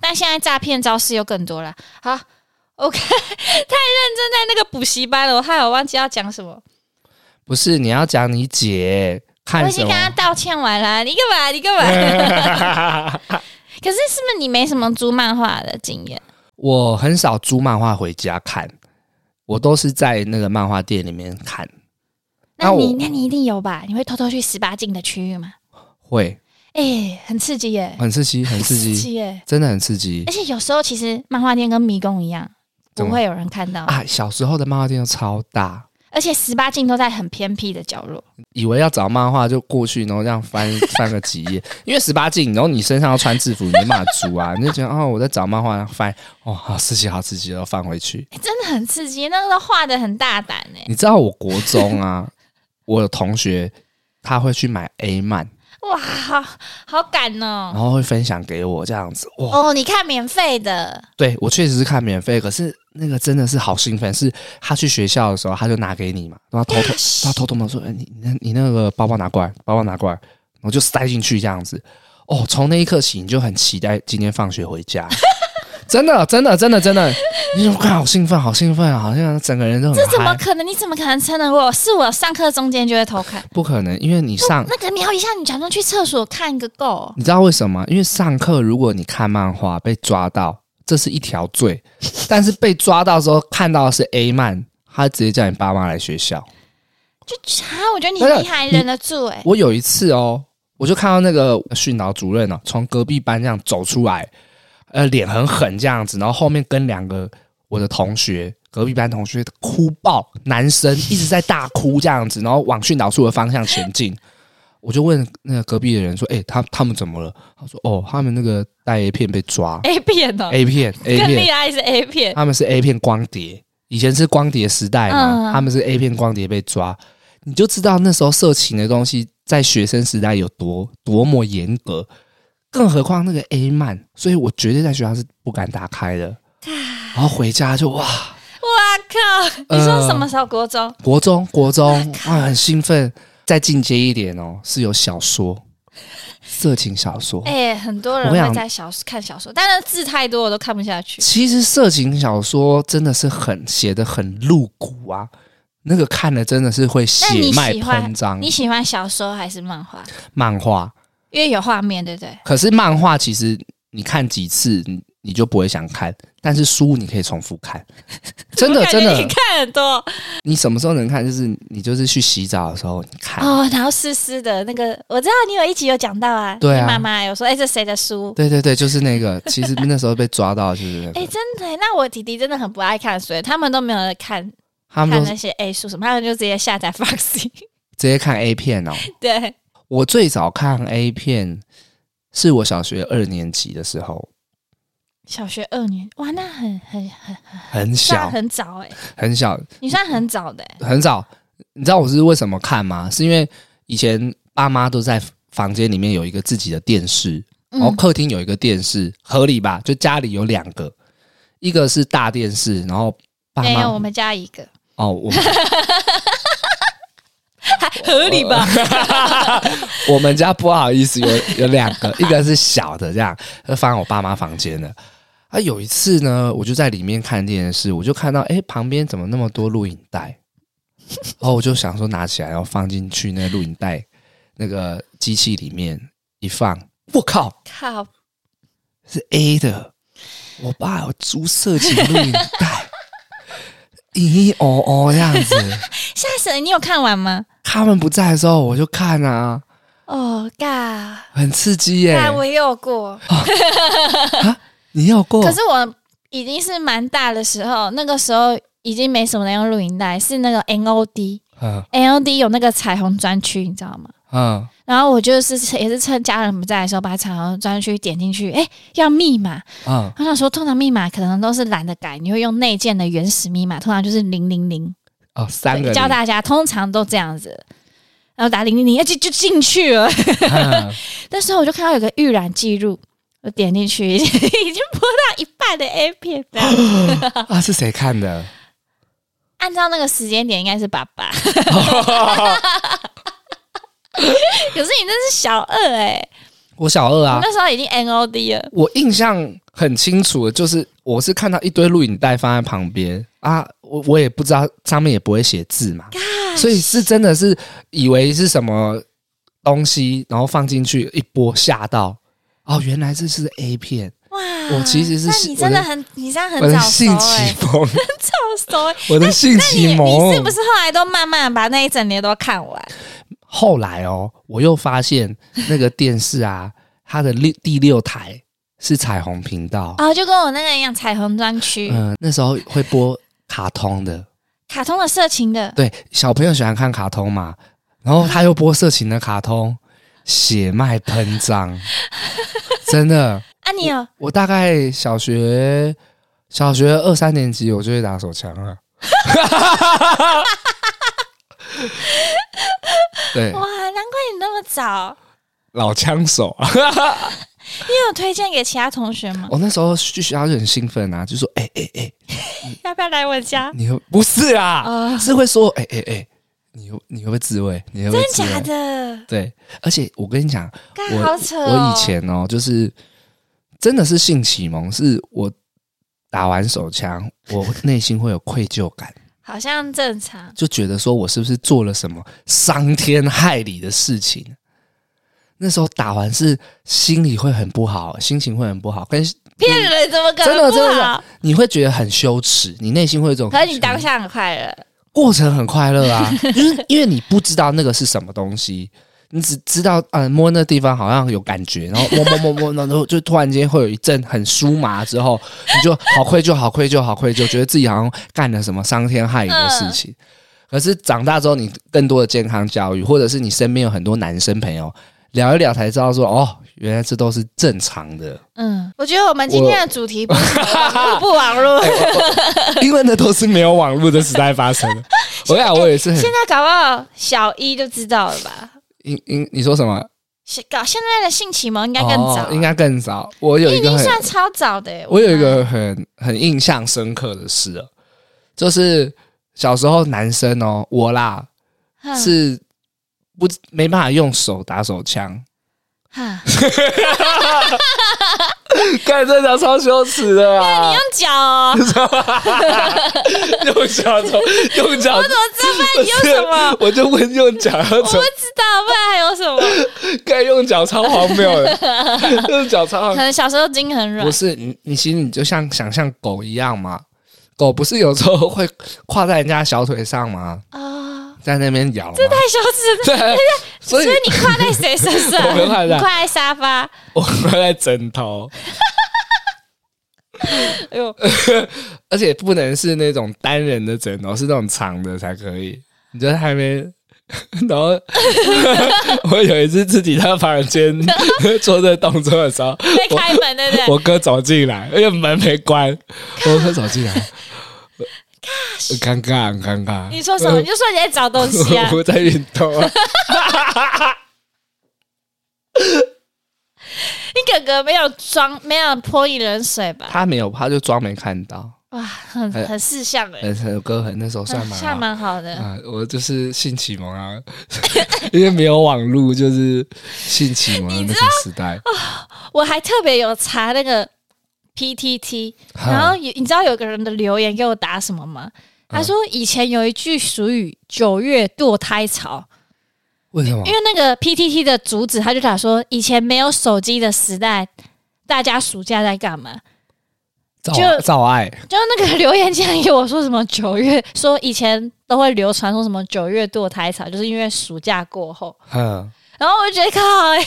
[SPEAKER 2] 但现在诈骗招式又更多了。好，我看 太认真在那个补习班了，我害我忘记要讲什么。
[SPEAKER 1] 不是你要讲你姐
[SPEAKER 2] 我
[SPEAKER 1] 看
[SPEAKER 2] 已
[SPEAKER 1] 什
[SPEAKER 2] 经
[SPEAKER 1] 么
[SPEAKER 2] 跟？他道歉完了，你干嘛？你干嘛？ 可是是不是你没什么租漫画的经验？
[SPEAKER 1] 我很少租漫画回家看，我都是在那个漫画店里面看。
[SPEAKER 2] 那
[SPEAKER 1] 啊
[SPEAKER 2] 你
[SPEAKER 1] 我
[SPEAKER 2] 那你一定有吧？你会偷偷去十八禁的区域吗？
[SPEAKER 1] 会
[SPEAKER 2] 哎、很刺激耶、
[SPEAKER 1] 很刺激，很刺激，
[SPEAKER 2] 耶、
[SPEAKER 1] 真的很刺激
[SPEAKER 2] 而且有时候其实漫画店跟迷宫一样，
[SPEAKER 1] 怎
[SPEAKER 2] 不
[SPEAKER 1] 么
[SPEAKER 2] 会有人看到，
[SPEAKER 1] 啊！小时候的漫画店都超大，
[SPEAKER 2] 而且十八禁都在很偏僻的角落。
[SPEAKER 1] 以为要找漫画就过去，然后这样翻 翻个几页，因为十八禁，然后你身上要穿制服，你没办法租啊， 你就觉得哦我在找漫画翻，哦好刺激，好刺激，然后翻回去。
[SPEAKER 2] 哎真的很刺激，那个都画的很大胆哎、
[SPEAKER 1] 你知道我国中啊， 我有同学他会去买 A 漫，
[SPEAKER 2] 哇，好好赶
[SPEAKER 1] 然
[SPEAKER 2] 哦、
[SPEAKER 1] 后会分享给我这样子，哇，
[SPEAKER 2] 哦，你看免费的，
[SPEAKER 1] 对我确实是看免费，可是那个真的是好兴奋，是他去学校的时候他就拿给你嘛，然后偷偷他偷偷摸说，哎、你你那你那个包包拿过来，包包拿过来，然后就塞进去这样子。哦，从那一刻起你就很期待今天放学回家， 真的真的真的真的，你就看好兴奋，好兴奋，啊好像整个人都很
[SPEAKER 2] 这怎么
[SPEAKER 1] 嗨。
[SPEAKER 2] 可能？你怎么可能撑得过？是我上课中间就会偷看，
[SPEAKER 1] 不可能，因为你上
[SPEAKER 2] 那个瞄一下，你假装去厕所看个够。
[SPEAKER 1] 你知道为什么？因为上课如果你看漫画被抓到，这是一条罪，但是被抓到之后看到的是 A 漫，他直接叫你爸妈来学校。
[SPEAKER 2] 啊，我觉得你
[SPEAKER 1] 真的
[SPEAKER 2] 厉害，
[SPEAKER 1] 你
[SPEAKER 2] 忍得住哎、
[SPEAKER 1] 我有一次哦，我就看到那个训导主任哦，从隔壁班这样走出来，呃，脸很狠这样子，然后后面跟两个我的同学，隔壁班同学哭爆，男生一直在大哭这样子，然后往训导处的方向前进。我就问那个隔壁的人说：“哎、他他们怎么了？”他说：“哦，他们那个带 A 片被抓
[SPEAKER 2] A 片哦、
[SPEAKER 1] ，A 片啊 A
[SPEAKER 2] 更厉
[SPEAKER 1] 片，
[SPEAKER 2] 害是 A 片，
[SPEAKER 1] 他们是 A 片光碟，以前是光碟时代嘛，
[SPEAKER 2] 嗯
[SPEAKER 1] 他们是 A 片光碟被抓，你就知道那时候色情的东西在学生时代有多多么严格，更何况那个 A 漫，所以我绝对在学校是不敢打开的。然后回家就哇，
[SPEAKER 2] 哇靠！你说
[SPEAKER 1] 呃
[SPEAKER 2] 什么时候国中？
[SPEAKER 1] 国中国中啊，很兴奋。再进阶一点哦，是有小说，色情小说。
[SPEAKER 2] 哎、很多人
[SPEAKER 1] 哦我想
[SPEAKER 2] 会在小看小说，但是字太多我都看不下去。
[SPEAKER 1] 其实色情小说真的是很写的很露骨啊，那个看了真的是会
[SPEAKER 2] 那你
[SPEAKER 1] 血脉
[SPEAKER 2] 喜欢
[SPEAKER 1] 喷张
[SPEAKER 2] 你。喜欢小说还是漫画？
[SPEAKER 1] 漫画，
[SPEAKER 2] 因为有画面，对不对？
[SPEAKER 1] 可是漫画其实你看几次你你就不会想看，但是书你可以重复 看，真的
[SPEAKER 2] 我感觉
[SPEAKER 1] 真
[SPEAKER 2] 你
[SPEAKER 1] 的。
[SPEAKER 2] 看很多
[SPEAKER 1] 你什么时候能看？就是你就是去洗澡的时候你看，
[SPEAKER 2] 哦，然后湿湿的那个，我知道你有一集有讲到啊，
[SPEAKER 1] 对啊
[SPEAKER 2] 你妈妈有说，哎、这谁的书？
[SPEAKER 1] 对对对，就是那个。其实那时候被抓到就是那个
[SPEAKER 2] 哎、真的耶，那我弟弟真的很不爱看书耶，他们都没有在看
[SPEAKER 1] 他们
[SPEAKER 2] 看
[SPEAKER 1] 都
[SPEAKER 2] 那
[SPEAKER 1] 是
[SPEAKER 2] 些 A 书什么，他们就直接下载 Foxy。
[SPEAKER 1] 直接看 A 片哦。
[SPEAKER 2] 对，
[SPEAKER 1] 我最早看 A 片是我小学二年级的时候，
[SPEAKER 2] 小学二年，哇，那很很很
[SPEAKER 1] 很
[SPEAKER 2] 算
[SPEAKER 1] 小
[SPEAKER 2] 很早哎、
[SPEAKER 1] 很小，
[SPEAKER 2] 你算很早的、欸，
[SPEAKER 1] 很早。你知道我是为什么看吗？是因为以前爸妈都在房间里面有一个自己的电视，然后
[SPEAKER 2] 嗯
[SPEAKER 1] 客厅有一个电视，合理吧？就家里有两个，一个是大电视，然后爸
[SPEAKER 2] 没有，
[SPEAKER 1] 妈
[SPEAKER 2] 我们家一个，
[SPEAKER 1] 哦，我
[SPEAKER 2] 还合理吧？
[SPEAKER 1] 我们家不好意思有 有两个，一个是小的这样，就放我爸妈房间的。啊，有一次呢，我就在里面看电视，我就看到哎、诶旁边怎么那么多录影带？ 然后我就想说拿起来，然后放进去那个录影带那个机器里面一放，我靠，
[SPEAKER 2] 靠，
[SPEAKER 1] 是 A 的，我爸有租色情录影带， 咦哦哦这样子。
[SPEAKER 2] 吓死人！你有看完吗？
[SPEAKER 1] 他们不在的时候我就看啊，
[SPEAKER 2] 哦，尬，
[SPEAKER 1] 很刺激耶、
[SPEAKER 2] 尬，我也有
[SPEAKER 1] 哦
[SPEAKER 2] 过，
[SPEAKER 1] 你有过？
[SPEAKER 2] 可是我已经是蛮大的时候，那个时候已经没什么人用录影带，是那个 NOD。
[SPEAKER 1] 嗯
[SPEAKER 2] NOD 有那个彩虹专区，你知道吗？
[SPEAKER 1] 嗯。
[SPEAKER 2] 然后我就是也是趁家人不在的时候，把彩虹专区点进去，哎、要密码。
[SPEAKER 1] 嗯，
[SPEAKER 2] 我想说，通常密码可能都是懒得改，你会用内建的原始密码，通常就是零零零。
[SPEAKER 1] 哦，三个
[SPEAKER 2] 对教
[SPEAKER 1] 零，
[SPEAKER 2] 大家通常都这样子，然后打零零零，就就进去了。
[SPEAKER 1] 嗯
[SPEAKER 2] 那时候我就看到有个预览记录，我点进去， 已经已经播到一半的 A 片了。
[SPEAKER 1] 啊，是谁看的？
[SPEAKER 2] 按照那个时间点，应该是爸 爸。可是你那是小二哎、
[SPEAKER 1] 我小二
[SPEAKER 2] 我
[SPEAKER 1] 啊，
[SPEAKER 2] 欸啊那时候已经 NOD 了。
[SPEAKER 1] 我印象很清楚的，就是我是看到一堆录影带放在旁边啊，我我也不知道上面也不会写字嘛，所以是真的是以为是什么东西，然后放进去一波吓到，哦，原来这是 A 片，
[SPEAKER 2] 哇！
[SPEAKER 1] 我哦其实是
[SPEAKER 2] 啊那你真的很，你这样很
[SPEAKER 1] 我的
[SPEAKER 2] 早熟
[SPEAKER 1] 性
[SPEAKER 2] 哎、
[SPEAKER 1] 启
[SPEAKER 2] 欸，
[SPEAKER 1] 蒙，
[SPEAKER 2] 早熟哎、
[SPEAKER 1] 我的性启
[SPEAKER 2] 你
[SPEAKER 1] 蒙
[SPEAKER 2] 你是不是后来都慢慢把那一整年都看完？
[SPEAKER 1] 后来哦，我又发现那个电视啊，它的六 第六台是彩虹频道，
[SPEAKER 2] 啊、就跟我那个一样，彩虹专区、
[SPEAKER 1] 嗯、那时候会播卡通的，
[SPEAKER 2] 卡通的、色情的，
[SPEAKER 1] 对，小朋友喜欢看卡通嘛，然后他又播色情的卡通，血脉喷张，真的，
[SPEAKER 2] 啊，你有
[SPEAKER 1] 我大概小学小学二三年级我就会打手枪了，对，
[SPEAKER 2] 哇，难怪你那么早。
[SPEAKER 1] 老枪手啊。
[SPEAKER 2] 你有推荐给其他同学吗？
[SPEAKER 1] 我那时候去学校就很兴奋啊，就说：“哎哎哎，
[SPEAKER 2] 要不要来我家？
[SPEAKER 1] 你会不是啊？
[SPEAKER 2] 啊
[SPEAKER 1] 是会说：哎哎哎，你会你会不会自慰？你会不会自
[SPEAKER 2] 真假
[SPEAKER 1] 慰？
[SPEAKER 2] 的？
[SPEAKER 1] 对，而且我跟你讲，
[SPEAKER 2] 干
[SPEAKER 1] 啊我
[SPEAKER 2] 好扯哦！
[SPEAKER 1] 我以前哦，就是真的是性启蒙，是我打完手枪，我内心会有愧疚感，
[SPEAKER 2] 好像正常，
[SPEAKER 1] 就觉得说我是不是做了什么伤天害理的事情？那时候打完是心里会很不好，心情会很不好，跟
[SPEAKER 2] 骗人怎么可
[SPEAKER 1] 真
[SPEAKER 2] 能
[SPEAKER 1] 的
[SPEAKER 2] 不
[SPEAKER 1] 真的真
[SPEAKER 2] 好
[SPEAKER 1] 的？，你会觉得很羞耻，你内心会有一种
[SPEAKER 2] 可
[SPEAKER 1] 很羞耻。
[SPEAKER 2] 是你当下很快乐，
[SPEAKER 1] 过程很快乐啊， 因为因为你不知道那个是什么东西，你只知道嗯、呃摸那地方好像有感觉，然后摸摸摸摸，然后就突然间会有一阵很酥麻，之后你就好愧疚，好愧疚，好愧疚，觉得自己好像干了什么伤天害理的事情。
[SPEAKER 2] 嗯
[SPEAKER 1] 可是长大之后，你更多的健康教育，或者是你身边有很多男生朋友聊一聊，才知道说哦，原来这都是正常的，
[SPEAKER 2] 嗯，我觉得我们今天的主题不是什么网络不网络，
[SPEAKER 1] 哎哦 因为那都是没有网络的时代发生的。我想我也是很
[SPEAKER 2] 现在搞不好小一就知道了吧？
[SPEAKER 1] 因因你说什么？
[SPEAKER 2] 是搞现在的性启蒙应该更早啊，
[SPEAKER 1] 哦应该更早。我有一
[SPEAKER 2] 已
[SPEAKER 1] 个
[SPEAKER 2] 经
[SPEAKER 1] 很，
[SPEAKER 2] 算超早的欸。
[SPEAKER 1] 我有一
[SPEAKER 2] 妈，
[SPEAKER 1] 个很很印象深刻的事了，就是小时候男生哦，我啦
[SPEAKER 2] 哼
[SPEAKER 1] 是不没办法用手打手枪，
[SPEAKER 2] 哈
[SPEAKER 1] 干这条超羞耻的啊！
[SPEAKER 2] 用脚哦，
[SPEAKER 1] 用脚 从用脚，我怎么
[SPEAKER 2] 道你用什么？
[SPEAKER 1] 我就问用脚要
[SPEAKER 2] 我
[SPEAKER 1] 怎么
[SPEAKER 2] 不知道，不然还有什么？
[SPEAKER 1] 该用脚超荒谬的， 用脚超荒
[SPEAKER 2] 可能小时候筋很软
[SPEAKER 1] 不，是你，你其实你就像想象狗一样嘛，狗不是有时候会跨在人家小腿上吗？
[SPEAKER 2] 啊，
[SPEAKER 1] 在那边摇吗，
[SPEAKER 2] 太羞耻
[SPEAKER 1] 对，
[SPEAKER 2] 了。
[SPEAKER 1] 所
[SPEAKER 2] 所
[SPEAKER 1] 以
[SPEAKER 2] 以你跨在谁身上？
[SPEAKER 1] 我没跨在
[SPEAKER 2] 你跨在沙发。
[SPEAKER 1] 我们在枕头，
[SPEAKER 2] 哎呦，
[SPEAKER 1] 而且不能是那种单人的枕头，是那种长的才可以。你就在那边， 然后我有一次自己在房 间做这动作的时候，
[SPEAKER 2] 被开门对不对？
[SPEAKER 1] 我哥走进来，而且门没 关，我哥走进来，很尴尬，很尴尬。
[SPEAKER 2] 你说什么？你就说你在找东西啊
[SPEAKER 1] 呃？我 在运动 啊。
[SPEAKER 2] 你哥哥没有装，没有泼你冷水吧？
[SPEAKER 1] 他没有，他就装没看到。
[SPEAKER 2] 哇，很
[SPEAKER 1] 很
[SPEAKER 2] 很识相哎，
[SPEAKER 1] 呃，陈哥很那时候算蛮
[SPEAKER 2] 像
[SPEAKER 1] 好
[SPEAKER 2] 嗯蛮好的。
[SPEAKER 1] 啊、我就是性启蒙啊， 因为没有网络，就是性启蒙的那个时代。
[SPEAKER 2] 哦我还特别有查那个 PTT，
[SPEAKER 1] 哈啊
[SPEAKER 2] 然后有你知道有个人的留言给我打什么吗？他说以前有一句俗语“九月堕胎潮”，
[SPEAKER 1] 哦为什么
[SPEAKER 2] 因？为那个 PTT 的主旨，他就讲说，以前没有手机的时代，大家暑假在干嘛？
[SPEAKER 1] 造
[SPEAKER 2] 就
[SPEAKER 1] 造爱
[SPEAKER 2] 就那个留言竟然给我说什么九月，说以前都会流传说什么九月堕胎潮，就是因为暑假过后。
[SPEAKER 1] 嗯，
[SPEAKER 2] 然后我就觉得靠，欸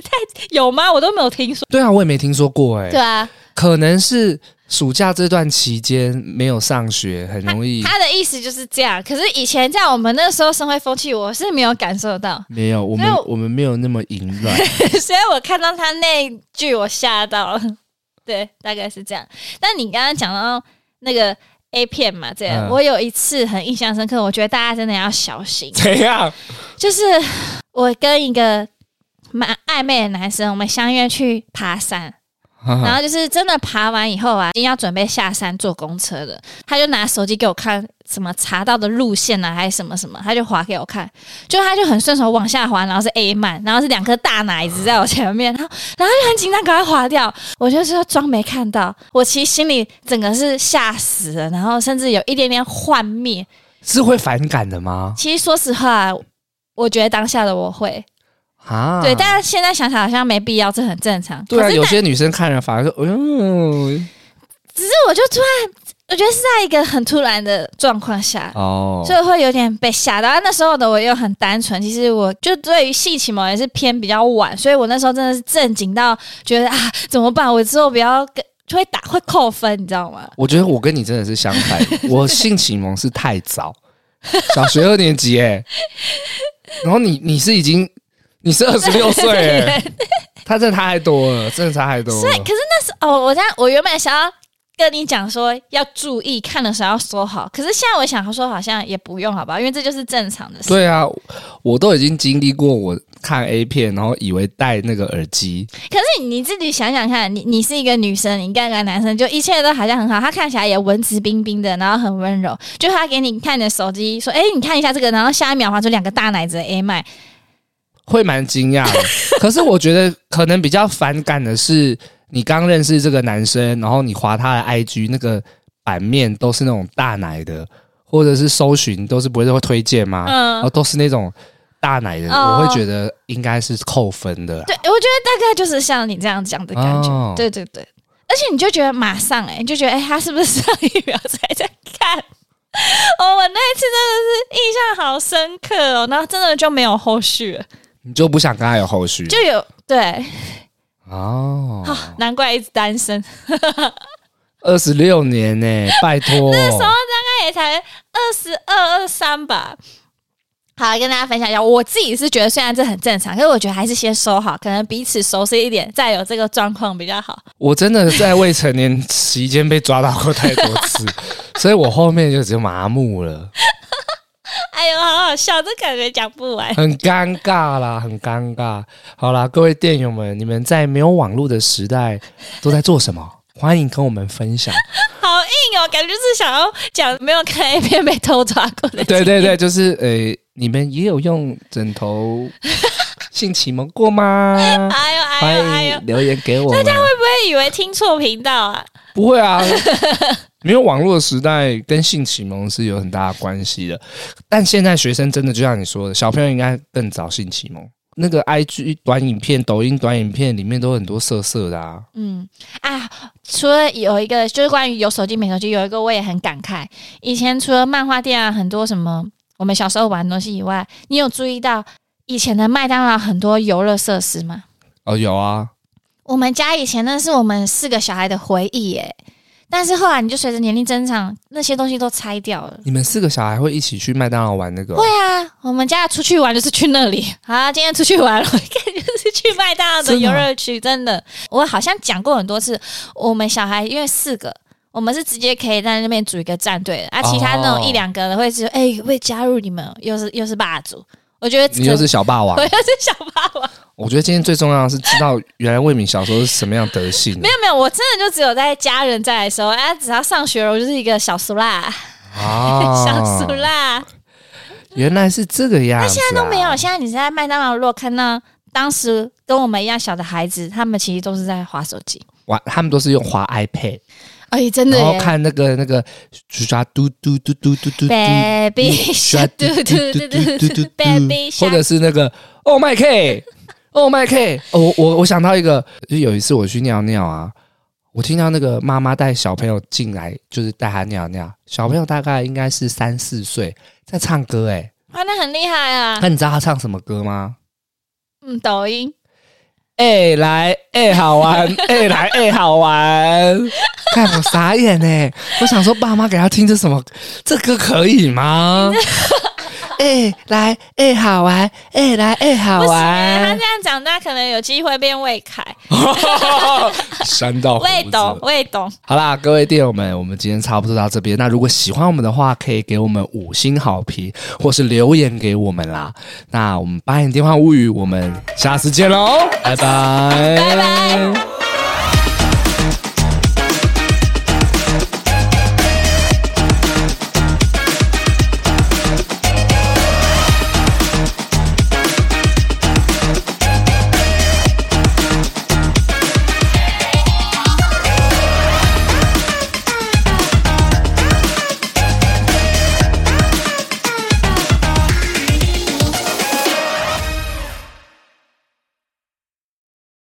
[SPEAKER 2] 太有吗？我都没有听说。
[SPEAKER 1] 对啊，我也没听说过哎、
[SPEAKER 2] 对啊，
[SPEAKER 1] 可能是暑假这段期间没有上学，很容易
[SPEAKER 2] 他的意思就是这样。可是以前在我们那时候生活风气，我是没有感受到，
[SPEAKER 1] 没有我们
[SPEAKER 2] 所以我
[SPEAKER 1] 我们没有那么淫乱。
[SPEAKER 2] 所以我看到他那一句，我吓到了。对，大概是这样。但你刚刚讲到那个 A 片嘛，这
[SPEAKER 1] 嗯
[SPEAKER 2] 样、我有一次很印象深刻，我觉得大家真的要小心。
[SPEAKER 1] 怎样？
[SPEAKER 2] 就是我跟一个蛮暧昧的男生，我们相约去爬山，然后就是真的爬完以后啊，已经要准备下山坐公车了，他就拿手机给我看什么查到的路线啊，还是什么什么，他就划给我看，就他就很顺手往下滑，然后是 A 慢，然后是两颗大奶子在我前面，然后然后就很紧张，赶快划掉，我就是要装没看到，我其实心里整个是吓死了，然后甚至有一点点幻灭。
[SPEAKER 1] 是会反感的吗？
[SPEAKER 2] 其实说实话，我觉得当下的我会，
[SPEAKER 1] 啊，
[SPEAKER 2] 对，但是现在想想好像没必要，这很正常。
[SPEAKER 1] 对
[SPEAKER 2] 可
[SPEAKER 1] 啊，
[SPEAKER 2] 是
[SPEAKER 1] 有
[SPEAKER 2] 那
[SPEAKER 1] 些女生看了反而说，嗯，
[SPEAKER 2] 只是我就突然，我觉得是在一个很突然的状况下，
[SPEAKER 1] 哦，
[SPEAKER 2] 所以会有点被吓到。啊那时候的我又很单纯，其实我就对于性启蒙也是偏比较晚，所以我那时候真的是正经到觉得啊，怎么办？我之后不要跟。就会打会扣分，你知道吗？
[SPEAKER 1] 我觉得我跟你真的是相 反，我性启蒙是太早，小学二年级哎、然后你你是已经你是二十六岁哎，他真的差太多了，真的差太多
[SPEAKER 2] 所以，
[SPEAKER 1] 了
[SPEAKER 2] 可。是那时 哦，我这样，我原本想要跟你讲说要注意看的时候要说好，可是现在我想说好像也不用，好吧？因为这就是正常的事。
[SPEAKER 1] 对啊，我都已经经历过我看 A 片，然后以为戴那个耳机，
[SPEAKER 2] 可是你自己想想看，你你是一个女生，你干个男生，就一切都好像很好，他看起来也文质彬彬的，然后很温柔，就他给你看你的手机，说：“哎、你看一下这个。”然后下一秒划出两个大奶子的 A 麦，
[SPEAKER 1] 会蛮惊讶的。 可是我觉得可能比较反感的是，你刚认识这个男生，然后你划他的 IG 那个版面都是那种大奶的，或者是搜寻都是不会会推荐吗？
[SPEAKER 2] 嗯
[SPEAKER 1] 然后都是那种大奶的，
[SPEAKER 2] 哦
[SPEAKER 1] 我会觉得应该是扣分的啦。
[SPEAKER 2] 对我觉得大概就是像你这样讲的感觉，
[SPEAKER 1] 哦
[SPEAKER 2] 对对对。而且你就觉得马上哎、你就觉得哎、他是不是上一秒才在看？哦，我那一次真的是印象好深刻哦，然后真的就没有后续了，
[SPEAKER 1] 你就不想跟他有后续
[SPEAKER 2] 就有对，
[SPEAKER 1] 哦？
[SPEAKER 2] 难怪一直单身。
[SPEAKER 1] 二十六年呢、拜托，
[SPEAKER 2] 也才二十二、二三吧。好，跟大家分享一下，我自己是觉得虽然这很正常，可是我觉得还是先收好，可能彼此熟悉一点，再有这个状况比较好。
[SPEAKER 1] 我真的在未成年期间被抓到过太多次，所以我后面就只有麻木了。
[SPEAKER 2] 哎呦，好好笑，这感觉讲不 完。
[SPEAKER 1] 很尴尬啦，很尴尬。好啦，各位电友们，你们在没有网络的时代都在做 什么？欢迎跟我们分享。
[SPEAKER 2] 好硬哦，感觉就是想要讲没有看 A 片被偷抓过的。
[SPEAKER 1] 对对对，就是呃，你们也有用枕头性启蒙过吗？
[SPEAKER 2] 哎呦 哎
[SPEAKER 1] 欢
[SPEAKER 2] 呦哎呦，
[SPEAKER 1] 迎留言给我们。
[SPEAKER 2] 会不会以为听错频道啊？
[SPEAKER 1] 不会啊，没有网络的时代跟性启蒙是有很大的关系的。但现在学生真的就像你说的，小朋友应该更早性启蒙。那个 I G 短影片、抖音短影片里面都很多色色的啊。
[SPEAKER 2] 嗯啊，除了有一个就是关于有手机没手机，有一个我也很感慨。以前除了漫画店啊，很多什么我们小时候玩的东西以外，你有注意到以前的麦当劳很多游乐设施吗？
[SPEAKER 1] 哦，有啊，
[SPEAKER 2] 我们家以前那是我们四个小孩的回忆耶，但是后来你就随着年龄增长，那些东西都拆掉了。
[SPEAKER 1] 你们四个小孩会一起去麦当劳玩那个哦、
[SPEAKER 2] 对啊，我们家出去玩就是去那里。 好、啊，今天出去玩了， 我看就是去麦当劳的
[SPEAKER 1] 啊
[SPEAKER 2] 游乐区。真的，我好像讲过很多次，我们小孩因为四个。我们是直接可以在那边组一个战队的，啊，其他那
[SPEAKER 1] 哦
[SPEAKER 2] 种一两个的会是哎、会加入你们，又是又是霸主，我觉得
[SPEAKER 1] 你就是小霸王
[SPEAKER 2] 我。又是小霸王，
[SPEAKER 1] 我觉得今天最重要的是知道原来魏敏小时候是什么样德 性
[SPEAKER 2] 没有没有，我真的就只有在家人在的时候，哎、只要上学了，我就是一个小苏辣， 小
[SPEAKER 1] 啊
[SPEAKER 2] 苏！辣，
[SPEAKER 1] 原来是这个样子、啊。现在
[SPEAKER 2] 都没有。现在你在麦当劳，如果看到当时跟我们一样小的孩子，他们其实都是在划手机。
[SPEAKER 1] 玩，他们都是用滑 iPad，
[SPEAKER 2] 哎，真的
[SPEAKER 1] 然后
[SPEAKER 2] 耶
[SPEAKER 1] 看那个那个刷嘟嘟嘟嘟嘟嘟嘟
[SPEAKER 2] ！Baby
[SPEAKER 1] 刷
[SPEAKER 2] shark，
[SPEAKER 1] 嘟
[SPEAKER 2] 嘟
[SPEAKER 1] 嘟嘟嘟
[SPEAKER 2] 嘟嘟嘟
[SPEAKER 1] 嘟嘟
[SPEAKER 2] 嘟，Baby
[SPEAKER 1] 或
[SPEAKER 2] shark，
[SPEAKER 1] 者是那个 Oh my K，Oh my K。哦我我我想到一个，就有一次我去尿尿啊，我听到那个妈妈带小朋友进来，就是带他尿尿，小朋友大概应该是三四岁，在唱歌哎、
[SPEAKER 2] 哇，那很厉害啊！
[SPEAKER 1] 那你知道他唱什么歌吗？
[SPEAKER 2] 嗯，抖音，
[SPEAKER 1] 哎、来，哎、好 玩，哎、来，哎、好玩。看我傻眼呢、我想说爸妈给他听这什么，这歌可以 吗？哎、来，哎、好玩，哎、来，哎、好
[SPEAKER 2] 不行啊，他
[SPEAKER 1] 玩
[SPEAKER 2] 这。样长大可能有机会变魏凯、
[SPEAKER 1] 删到胡
[SPEAKER 2] 魏
[SPEAKER 1] 子
[SPEAKER 2] 董、魏董。
[SPEAKER 1] 好啦，各位电友们，我们今天差不多到这边。那如果喜欢我们的话，可以给我们五星好评，或是留言给我们啦。那我们八点电话物语，我们下次见喽，拜拜，
[SPEAKER 2] 拜拜。